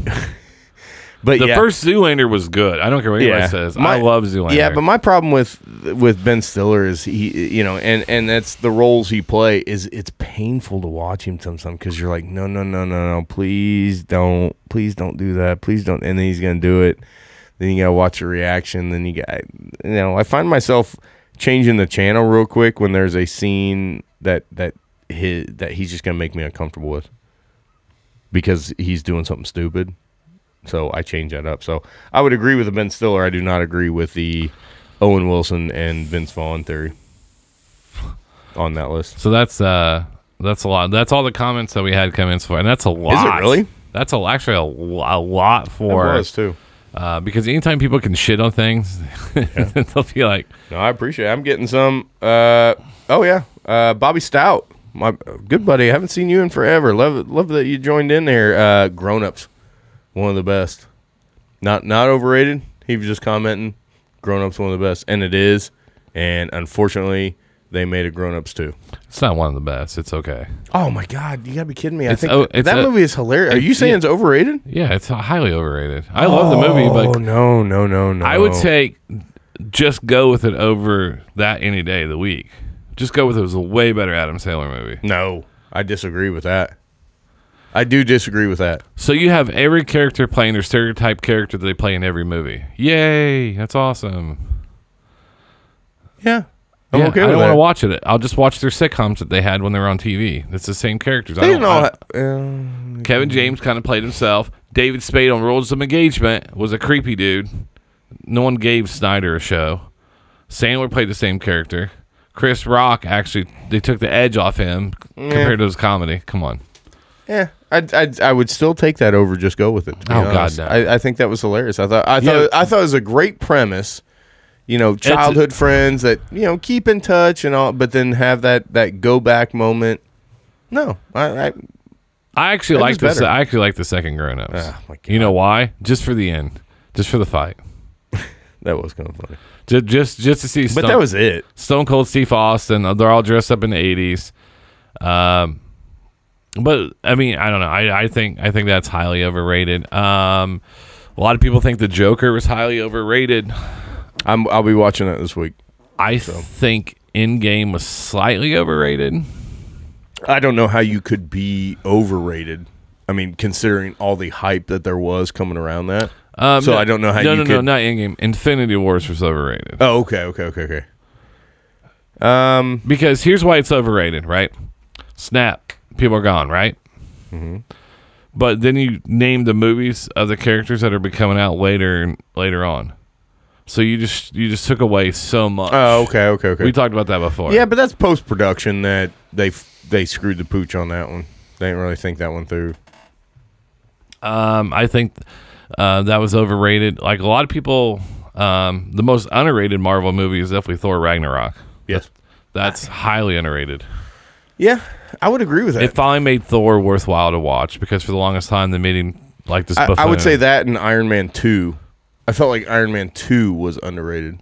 Speaker 5: but
Speaker 4: The
Speaker 5: yeah.
Speaker 4: first Zoolander was good. I don't care what anybody says. I love Zoolander.
Speaker 5: Yeah, but my problem with with Ben Stiller is he, you know, and and that's the roles he play is it's painful to watch him sometimes because you're like, no, no, no, no, no, please don't, please don't do that, please don't, and then he's gonna do it. Then you gotta watch your reaction. Then you got, you know, I find myself changing the channel real quick when there's a scene that that his, that he's just gonna make me uncomfortable with because he's doing something stupid. So I change that up. So I would agree with the Ben Stiller. I do not agree with the Owen Wilson and Vince Vaughn theory on that list.
Speaker 4: so that's uh, that's a lot. That's all the comments that we had come in so far, and that's a lot.
Speaker 5: really?
Speaker 4: That's a, actually a, lo- a lot for
Speaker 5: too.
Speaker 4: Uh, because anytime people can shit on things, they'll be like,
Speaker 5: No, I appreciate. it. I'm getting some. Uh, oh yeah, uh, Bobby Stout, my good buddy. I haven't seen you in forever. Love love that you joined in there. Uh, Grown ups, one of the best. Not not overrated. He was just commenting. Grown ups, one of the best, and it is. And unfortunately, they made a grown ups too.
Speaker 4: "It's not one of the best. It's okay."
Speaker 5: Oh my god, you gotta be kidding me! I
Speaker 4: It's
Speaker 5: think
Speaker 4: o- it's
Speaker 5: that
Speaker 4: a-
Speaker 5: movie is hilarious. Are you saying it's overrated?
Speaker 4: Yeah, it's highly overrated. I love the movie,
Speaker 5: oh
Speaker 4: but
Speaker 5: no, no, no, no!
Speaker 4: I would take just go with it over that any day of the week. Just go with it. It was a way better Adam Sandler movie.
Speaker 5: no. I disagree with that. I do disagree with that.
Speaker 4: So you have every character playing their stereotype character that they play in every movie. Yay, that's awesome.
Speaker 5: Yeah, I'm
Speaker 4: Yeah,
Speaker 5: okay
Speaker 4: I
Speaker 5: with
Speaker 4: don't
Speaker 5: that.
Speaker 4: to watch it. I'll just watch their sitcoms that they had when they were on TV. It's the same characters. I
Speaker 5: They
Speaker 4: don't,
Speaker 5: didn't all
Speaker 4: I-
Speaker 5: ha- yeah.
Speaker 4: Kevin James kind of played himself. David Spade on Rules of Engagement was a creepy dude. No one gave Snyder a show. Sandler played the same character. Chris Rock actually they took the edge off him compared to his comedy. Come on.
Speaker 5: Yeah, I, I, I would still take that over. Just go with it. to be
Speaker 4: Oh, God,
Speaker 5: honest.
Speaker 4: no.
Speaker 5: I, I think that was hilarious. I thought I thought I thought it was a great premise. You know, childhood friends that you know keep in touch and all, but then have that that go back moment. No, I, I
Speaker 4: I actually
Speaker 5: That
Speaker 4: like
Speaker 5: was
Speaker 4: this.
Speaker 5: better.
Speaker 4: I actually like the second Grown Ups.
Speaker 5: Ah, my
Speaker 4: you know why? Just for the end. Just for the fight.
Speaker 5: that was kind of funny.
Speaker 4: Just just just to see.
Speaker 5: But that was it.
Speaker 4: Stone Cold Steve Austin. uh, They're all dressed up in the eighties. Um, but I mean, I don't know. I, I think I think that's highly overrated. Um, a lot of people think the Joker was highly overrated.
Speaker 5: I'm, I'll be watching it this week.
Speaker 4: I think In Game was slightly overrated.
Speaker 5: I don't know how you could be overrated. I mean, considering all the hype that there was coming around that.
Speaker 4: Um,
Speaker 5: so
Speaker 4: no-
Speaker 5: I don't know how
Speaker 4: No,
Speaker 5: you
Speaker 4: no,
Speaker 5: could.
Speaker 4: no, not In Game. Infinity Wars was overrated
Speaker 5: Oh, okay, okay, okay, okay.
Speaker 4: because here's why it's overrated, right? Snap, people are gone, right?
Speaker 5: Mm-hmm.
Speaker 4: But then you name the movies of the characters that are be coming out later later on. So you just you just took away so much.
Speaker 5: Oh, okay, okay, okay.
Speaker 4: We talked about that before.
Speaker 5: Yeah, but that's post production that they f- they screwed the pooch on that one. They didn't really think that one through.
Speaker 4: Um, I think uh, that was overrated. Like a lot of people, um, the most underrated Marvel movie is definitely Thor Ragnarok.
Speaker 5: Yes.
Speaker 4: That's highly underrated.
Speaker 5: Yeah, I would agree with that.
Speaker 4: It finally made Thor worthwhile to watch because for the longest time they made him like this.
Speaker 5: I, I would
Speaker 4: buffoon.
Speaker 5: say that and Iron Man two. I felt like Iron Man two was underrated.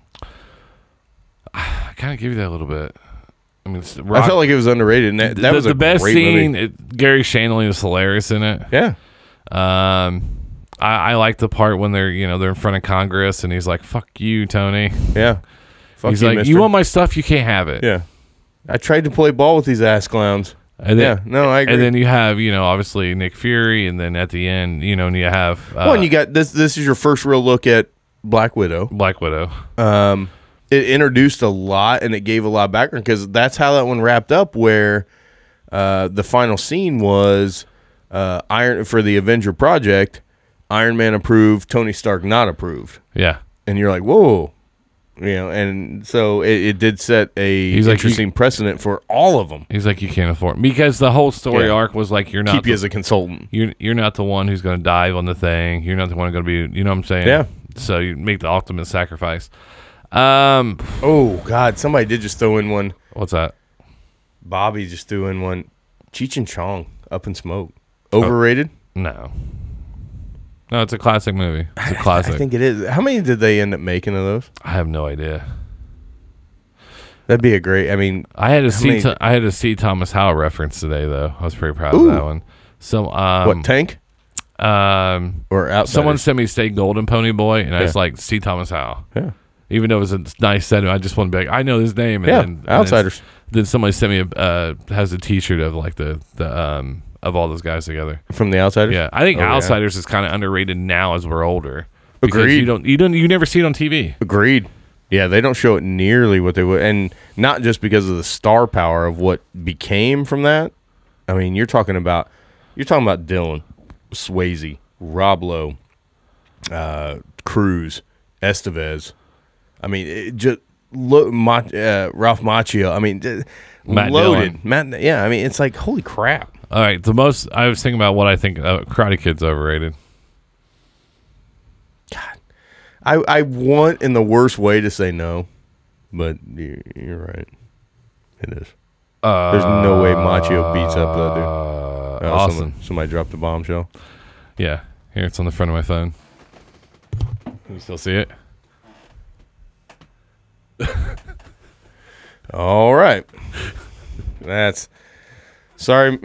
Speaker 4: I kind of give you that a little bit. I mean, it's Rock,
Speaker 5: I felt like it was underrated. And that, that
Speaker 4: the,
Speaker 5: was
Speaker 4: the
Speaker 5: a
Speaker 4: best
Speaker 5: great
Speaker 4: scene.
Speaker 5: Movie.
Speaker 4: It, Gary Shanley is hilarious in it.
Speaker 5: Yeah.
Speaker 4: Um, I, I like the part when they're you know they're in front of Congress and he's like, "Fuck you, Tony."
Speaker 5: Yeah. Fuck
Speaker 4: he's
Speaker 5: you,
Speaker 4: like,
Speaker 5: mister.
Speaker 4: "You want my stuff? You can't have it."
Speaker 5: Yeah. I tried to play ball with these ass clowns.
Speaker 4: And then,
Speaker 5: Yeah. No, I agree.
Speaker 4: And then you have you know obviously Nick Fury, and then at the end you know and you have uh,
Speaker 5: Well, and you got this. This is your first real look at Black Widow.
Speaker 4: Black Widow.
Speaker 5: um, it introduced a lot and it gave a lot of background because that's how that one wrapped up. Where uh, the final scene was uh, Iron for the Avenger project. Iron Man approved, Tony Stark not approved,
Speaker 4: Yeah.
Speaker 5: and you're like, whoa, you know. And so it, it did set a
Speaker 4: He's like,
Speaker 5: interesting precedent for all of them.
Speaker 4: He's like, "You can't afford because the whole story
Speaker 5: Yeah.
Speaker 4: arc was like you're not
Speaker 5: Keep you
Speaker 4: the-
Speaker 5: as a consultant.
Speaker 4: you're you're not the one who's going to dive on the thing. You're not the one going to be. You know what I'm saying?
Speaker 5: Yeah.
Speaker 4: So you make the ultimate sacrifice. Um,
Speaker 5: Oh God, somebody did just throw in one.
Speaker 4: what's that?
Speaker 5: Bobby just threw in one. Cheech and Chong, Up in Smoke, overrated.
Speaker 4: No. No, it's a classic movie. It's a classic. I,
Speaker 5: I think it is. How many did they end up making of those?
Speaker 4: have no idea.
Speaker 5: That'd be a great. I mean,
Speaker 4: I had to see.
Speaker 5: many-
Speaker 4: Tho- I had to see Thomas Howell reference today, though. I was pretty proud
Speaker 5: Ooh.
Speaker 4: of that one. Some um,
Speaker 5: what tank
Speaker 4: um,
Speaker 5: or outside?
Speaker 4: someone sent me State Golden Pony Boy, and I was
Speaker 5: Yeah.
Speaker 4: like, see Thomas Howell.
Speaker 5: Yeah.
Speaker 4: Even though it was a nice setting, I just want to be like, I know his name. And
Speaker 5: Yeah,
Speaker 4: then, and
Speaker 5: Outsiders.
Speaker 4: Then, then somebody sent me a uh, has a T-shirt of like the the um of all those guys together.
Speaker 5: from the outsiders.
Speaker 4: Yeah, I think
Speaker 5: Oh, yeah.
Speaker 4: Outsiders is kind of underrated now as we're older. because
Speaker 5: Agreed.
Speaker 4: You don't you don't you never see it on TV.
Speaker 5: Agreed. Yeah, they don't show it nearly what they would, and not just because of the star power of what became from that. I mean, you're talking about you're talking about Dylan, Swayze, Rob Lowe, uh, Cruz, Estevez. I mean, it just lo, Ma, uh, Ralph Macchio. I mean, d-
Speaker 4: Matt
Speaker 5: loaded. Matt, yeah, I mean, it's like holy crap.
Speaker 4: All right, the most I was thinking about what I think uh, Karate Kid's overrated.
Speaker 5: I I want in the worst way to say no, but you, you're right. It is. There's no way Machio beats up that dude. Oh,
Speaker 4: Uh, awesome.
Speaker 5: Someone, somebody dropped a bombshell.
Speaker 4: Yeah, here it's on the front of my phone. You still see it?
Speaker 5: All right. That's sorry.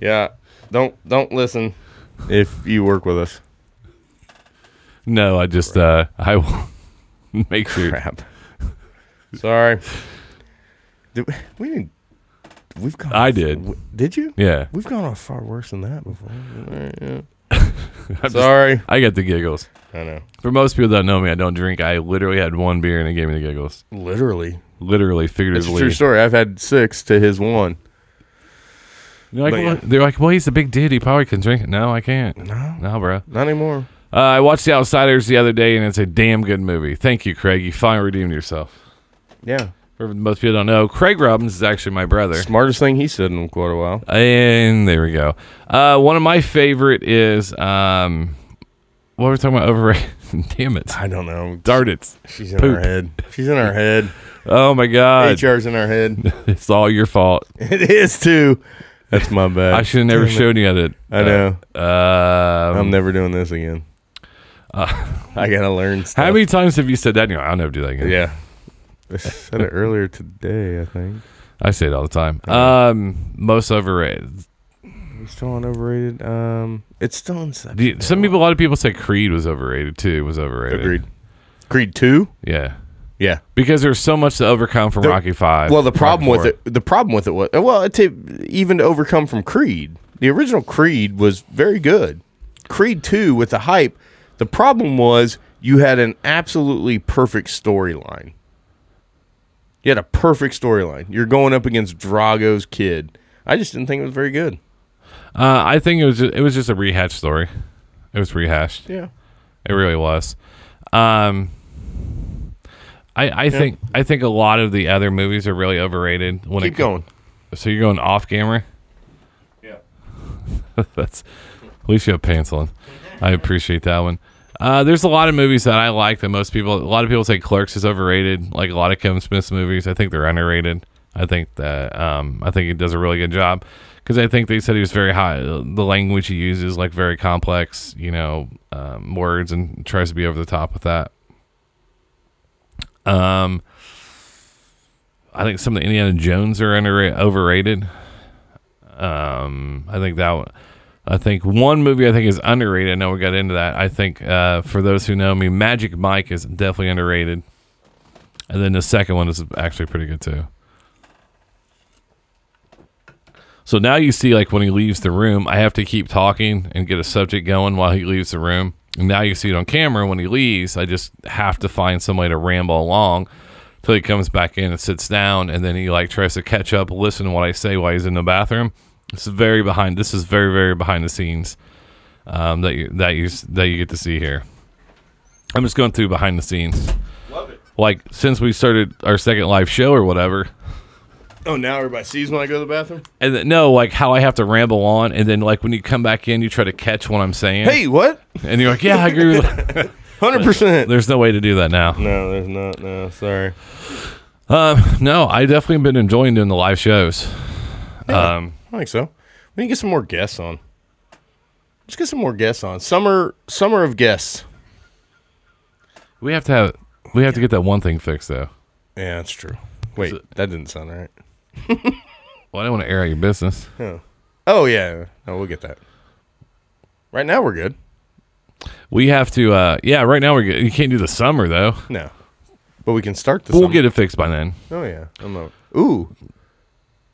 Speaker 5: Yeah. Don't don't listen if you work with us.
Speaker 4: No, I just uh I will make sure.
Speaker 5: Crap. Sorry. Did we, we didn't, we've gone.
Speaker 4: I did.
Speaker 5: Did you?
Speaker 4: Yeah,
Speaker 5: We've gone on far worse than that before. All right, yeah.
Speaker 4: I'm just-
Speaker 5: Sorry.
Speaker 4: I get the giggles.
Speaker 5: I know.
Speaker 4: For most people that know me, I don't drink. I literally had one beer and it gave me the giggles.
Speaker 5: Literally.
Speaker 4: Literally,
Speaker 5: It's a
Speaker 4: figuratively.
Speaker 5: true story. I've had six to his one.
Speaker 4: They're like,
Speaker 5: But
Speaker 4: well,
Speaker 5: yeah.
Speaker 4: they're like, well, he's a big dude. He probably can drink it. No, I can't. No, no, bro.
Speaker 5: Not anymore.
Speaker 4: Uh, I watched The Outsiders the other day, and it's a damn good movie. Thank you, Craig. You finally redeemed yourself.
Speaker 5: Yeah.
Speaker 4: For most people don't know, Craig Robbins is actually my brother.
Speaker 5: Smartest thing he said in quite a while.
Speaker 4: And there we go. Uh, one of my favorite is um, what were we talking about? Overrated. Damn it.
Speaker 5: I don't know.
Speaker 4: Dart it.
Speaker 5: She's in our head. She's in our head.
Speaker 4: Oh my God.
Speaker 5: HR's in our head.
Speaker 4: It's all your fault.
Speaker 5: it is too. That's my bad.
Speaker 4: I should have never shown you that.
Speaker 5: I know.
Speaker 4: Uh,
Speaker 5: I'm never doing this again. I gotta learn stuff.
Speaker 4: how many times have you said that? And you're like, I'll never do that again.
Speaker 5: Yeah. I said it earlier today. I think.
Speaker 4: I say it all the time. Um, most overrated.
Speaker 5: It's still on overrated. Um, it's still on.
Speaker 4: Do you- Some people, a lot of people say Creed was overrated too. Was overrated.
Speaker 5: Agreed. Creed two.
Speaker 4: Yeah.
Speaker 5: Yeah.
Speaker 4: Because there's so much to overcome from
Speaker 5: The-
Speaker 4: Rocky Five.
Speaker 5: Well, the problem
Speaker 4: Rocky
Speaker 5: with
Speaker 4: Four.
Speaker 5: it, the problem with it was, well, to even to overcome from Creed, the original Creed was very good. Creed two with the hype, the problem was you had an absolutely perfect storyline. You had a perfect storyline. You're going up against Drago's kid. I just didn't think it was very good.
Speaker 4: Uh, I think it was just, it was just a rehash story. It was rehashed.
Speaker 5: Yeah,
Speaker 4: It really was. Um, I I think I think a lot of the other movies are really overrated. When
Speaker 5: keep
Speaker 4: it co-
Speaker 5: going.
Speaker 4: So you're going off camera. Yeah. That's at least you have pants on. I appreciate that one. Uh, there's a lot of movies that I like that most people. A lot of people say Clerks is overrated. Like a lot of Kevin Smith's movies, I think they're underrated. I think that um, I think he does a really good job because I think they said he was very high. The language he uses, like very complex, you know, um, words, and tries to be over the top with that. Um, I think some of the Indiana Jones are underrated, overrated. Um, I think that. one- I think one movie I think is underrated. I know we got into that. I think uh, for those who know me, Magic Mike is definitely underrated. And then the second one is actually pretty good too. So now you see, like when he leaves the room, I have to keep talking and get a subject going while he leaves the room. And now you see it on camera when he leaves. I just have to find some way to ramble along till he comes back in and sits down, and then he like tries to catch up, listen to what I say while he's in the bathroom. It's very behind. This is very very behind the scenes um, that you that you s- that you get to see here. I'm just going through behind the scenes. Love it. Like since we started our second live show or whatever,
Speaker 5: Oh, now everybody sees when I go to the bathroom.
Speaker 4: and then, no, like how I have to ramble on, and then like when you come back in, you try to catch what I'm saying.
Speaker 5: Hey, what?
Speaker 4: and you're like, yeah, I agree. with
Speaker 5: Hundred percent.
Speaker 4: There's no way to do that now.
Speaker 5: No, there's not. No, sorry.
Speaker 4: Um, no, I definitely have been enjoying doing the live shows. Um,
Speaker 5: I think so. We need to get some more guests on. Let's get some more guests on. Summer, summer of guests.
Speaker 4: we have to have we have to get that one thing fixed though.
Speaker 5: Yeah, that's true. Wait, that didn't sound right.
Speaker 4: Well, I don't want to air out your business.
Speaker 5: Oh yeah, no, we'll get that. Right now we're good.
Speaker 4: We have to. Uh, yeah, right now we're good. You can't do the summer though.
Speaker 5: No, but we can start this.
Speaker 4: We'll get it fixed by then.
Speaker 5: Oh yeah, I'm not. Ooh,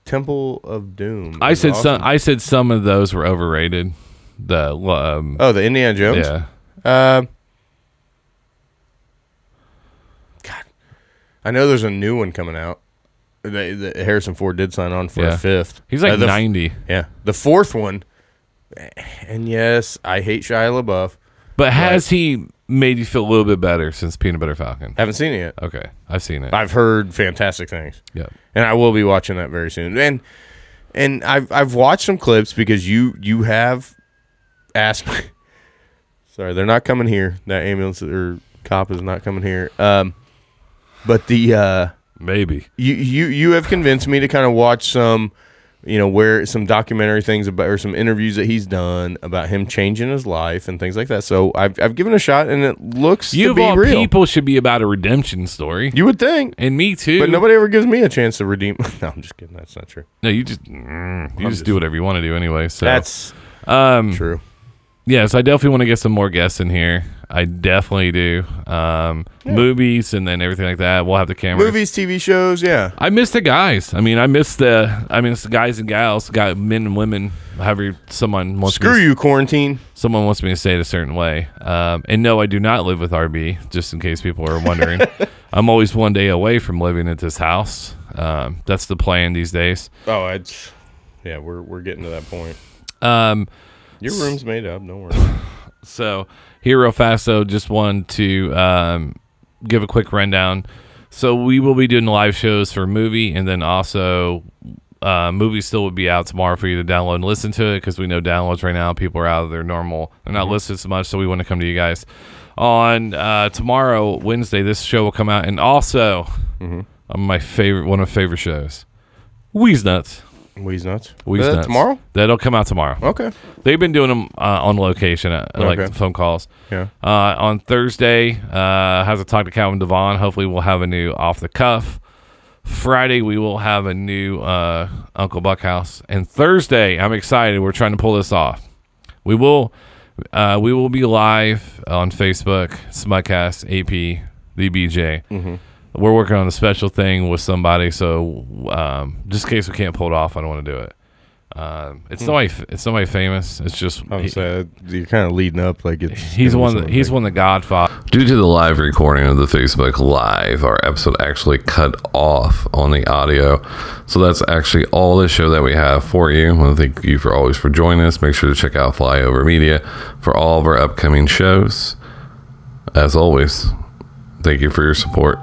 Speaker 5: Temple of Doom.
Speaker 4: I
Speaker 5: is
Speaker 4: said
Speaker 5: awesome.
Speaker 4: some. I said some of those were overrated. The um,
Speaker 5: oh, the Indiana Jones.
Speaker 4: yeah.
Speaker 5: Um, God, I know there's a new one coming out. They, the, Harrison Ford did sign on for
Speaker 4: Yeah.
Speaker 5: a fifth.
Speaker 4: He's like
Speaker 5: Uh, the f-
Speaker 4: 90.
Speaker 5: Yeah, the fourth one. And yes, I hate Shia LaBeouf.
Speaker 4: But has he made you feel a little bit better since Peanut Butter Falcon?
Speaker 5: Haven't seen it yet.
Speaker 4: Okay, I've seen it.
Speaker 5: I've heard fantastic things.
Speaker 4: yeah.
Speaker 5: and I will be watching that very soon. And and I've I've watched some clips because you you have asked. Me, sorry, they're not coming here. That ambulance or cop is not coming here. Um, but the uh,
Speaker 4: Maybe.
Speaker 5: you you you have convinced me to kind of watch some, you know, where some documentary things about or some interviews that he's done about him changing his life and things like that. So I've I've given it a shot and it looks
Speaker 4: You
Speaker 5: to
Speaker 4: of
Speaker 5: be
Speaker 4: all
Speaker 5: real.
Speaker 4: people should be about a redemption story.
Speaker 5: you would think.
Speaker 4: and me too.
Speaker 5: But nobody ever gives me a chance to redeem. no, I'm just kidding. That's not true.
Speaker 4: No, you just mm, you just, do whatever you want to do anyway. So
Speaker 5: That's um, true.
Speaker 4: yeah. So I definitely want to get some more guests in here. I definitely do. Um, movies and then everything like that. We'll have the cameras.
Speaker 5: Movies, TV shows, yeah.
Speaker 4: I miss the guys. I mean, I miss the. I mean, it's the guys and gals, guy, men and women. However, someone wants
Speaker 5: Screw
Speaker 4: me,
Speaker 5: you, quarantine.
Speaker 4: Someone wants me to say it a certain way. Um, and no, I do not live with RB. Just in case people are wondering, I'm always one day away from living at this house. Um, that's the plan these days.
Speaker 5: Oh, it's yeah. We're we're getting to that point.
Speaker 4: Um,
Speaker 5: Your room's made up. Don't worry.
Speaker 4: So here real fast though, just wanted to um, give a quick rundown. So we will be doing live shows for movie, and then also uh, movie still would be out tomorrow for you to download and listen to it because we know downloads right now people are out of their normal. They're not listening so much, so we want to come to you guys on uh, tomorrow Wednesday. This show will come out, and also on my favorite one of my favorite shows, Wheeze Nuts.
Speaker 5: Wee's nuts.
Speaker 4: Wheeze
Speaker 5: Uh,
Speaker 4: Nuts.
Speaker 5: tomorrow.
Speaker 4: That'll come out tomorrow.
Speaker 5: Okay.
Speaker 4: They've been doing them uh, on location, uh, like
Speaker 5: Okay.
Speaker 4: phone calls.
Speaker 5: Yeah.
Speaker 4: Uh, on Thursday, uh, has a talk to Calvin Devon. Hopefully, we'll have a new off the cuff. Friday, we will have a new uh, Uncle Buck house, and Thursday, I'm excited. We're trying to pull this off. We will, uh, we will be live on Facebook, Smutcast AP the BJ. We're working on a special thing with somebody, so um, just in case we can't pull it off, I don't want to do it. Um, it's nobody. f- It's nobody famous. It's just
Speaker 5: I'm
Speaker 4: he-
Speaker 5: sad. You're kind of leading up like it's.
Speaker 4: he's
Speaker 5: gonna be
Speaker 4: one. Of the,
Speaker 5: something
Speaker 4: he's
Speaker 5: big.
Speaker 4: one of the Godfather.
Speaker 6: Due to the live recording of the Facebook Live, our episode actually cut off on the audio. So that's actually all the show that we have for you. I want to thank you for always for joining us. Make sure to check out Flyover Media for all of our upcoming shows. As always, thank you for your support.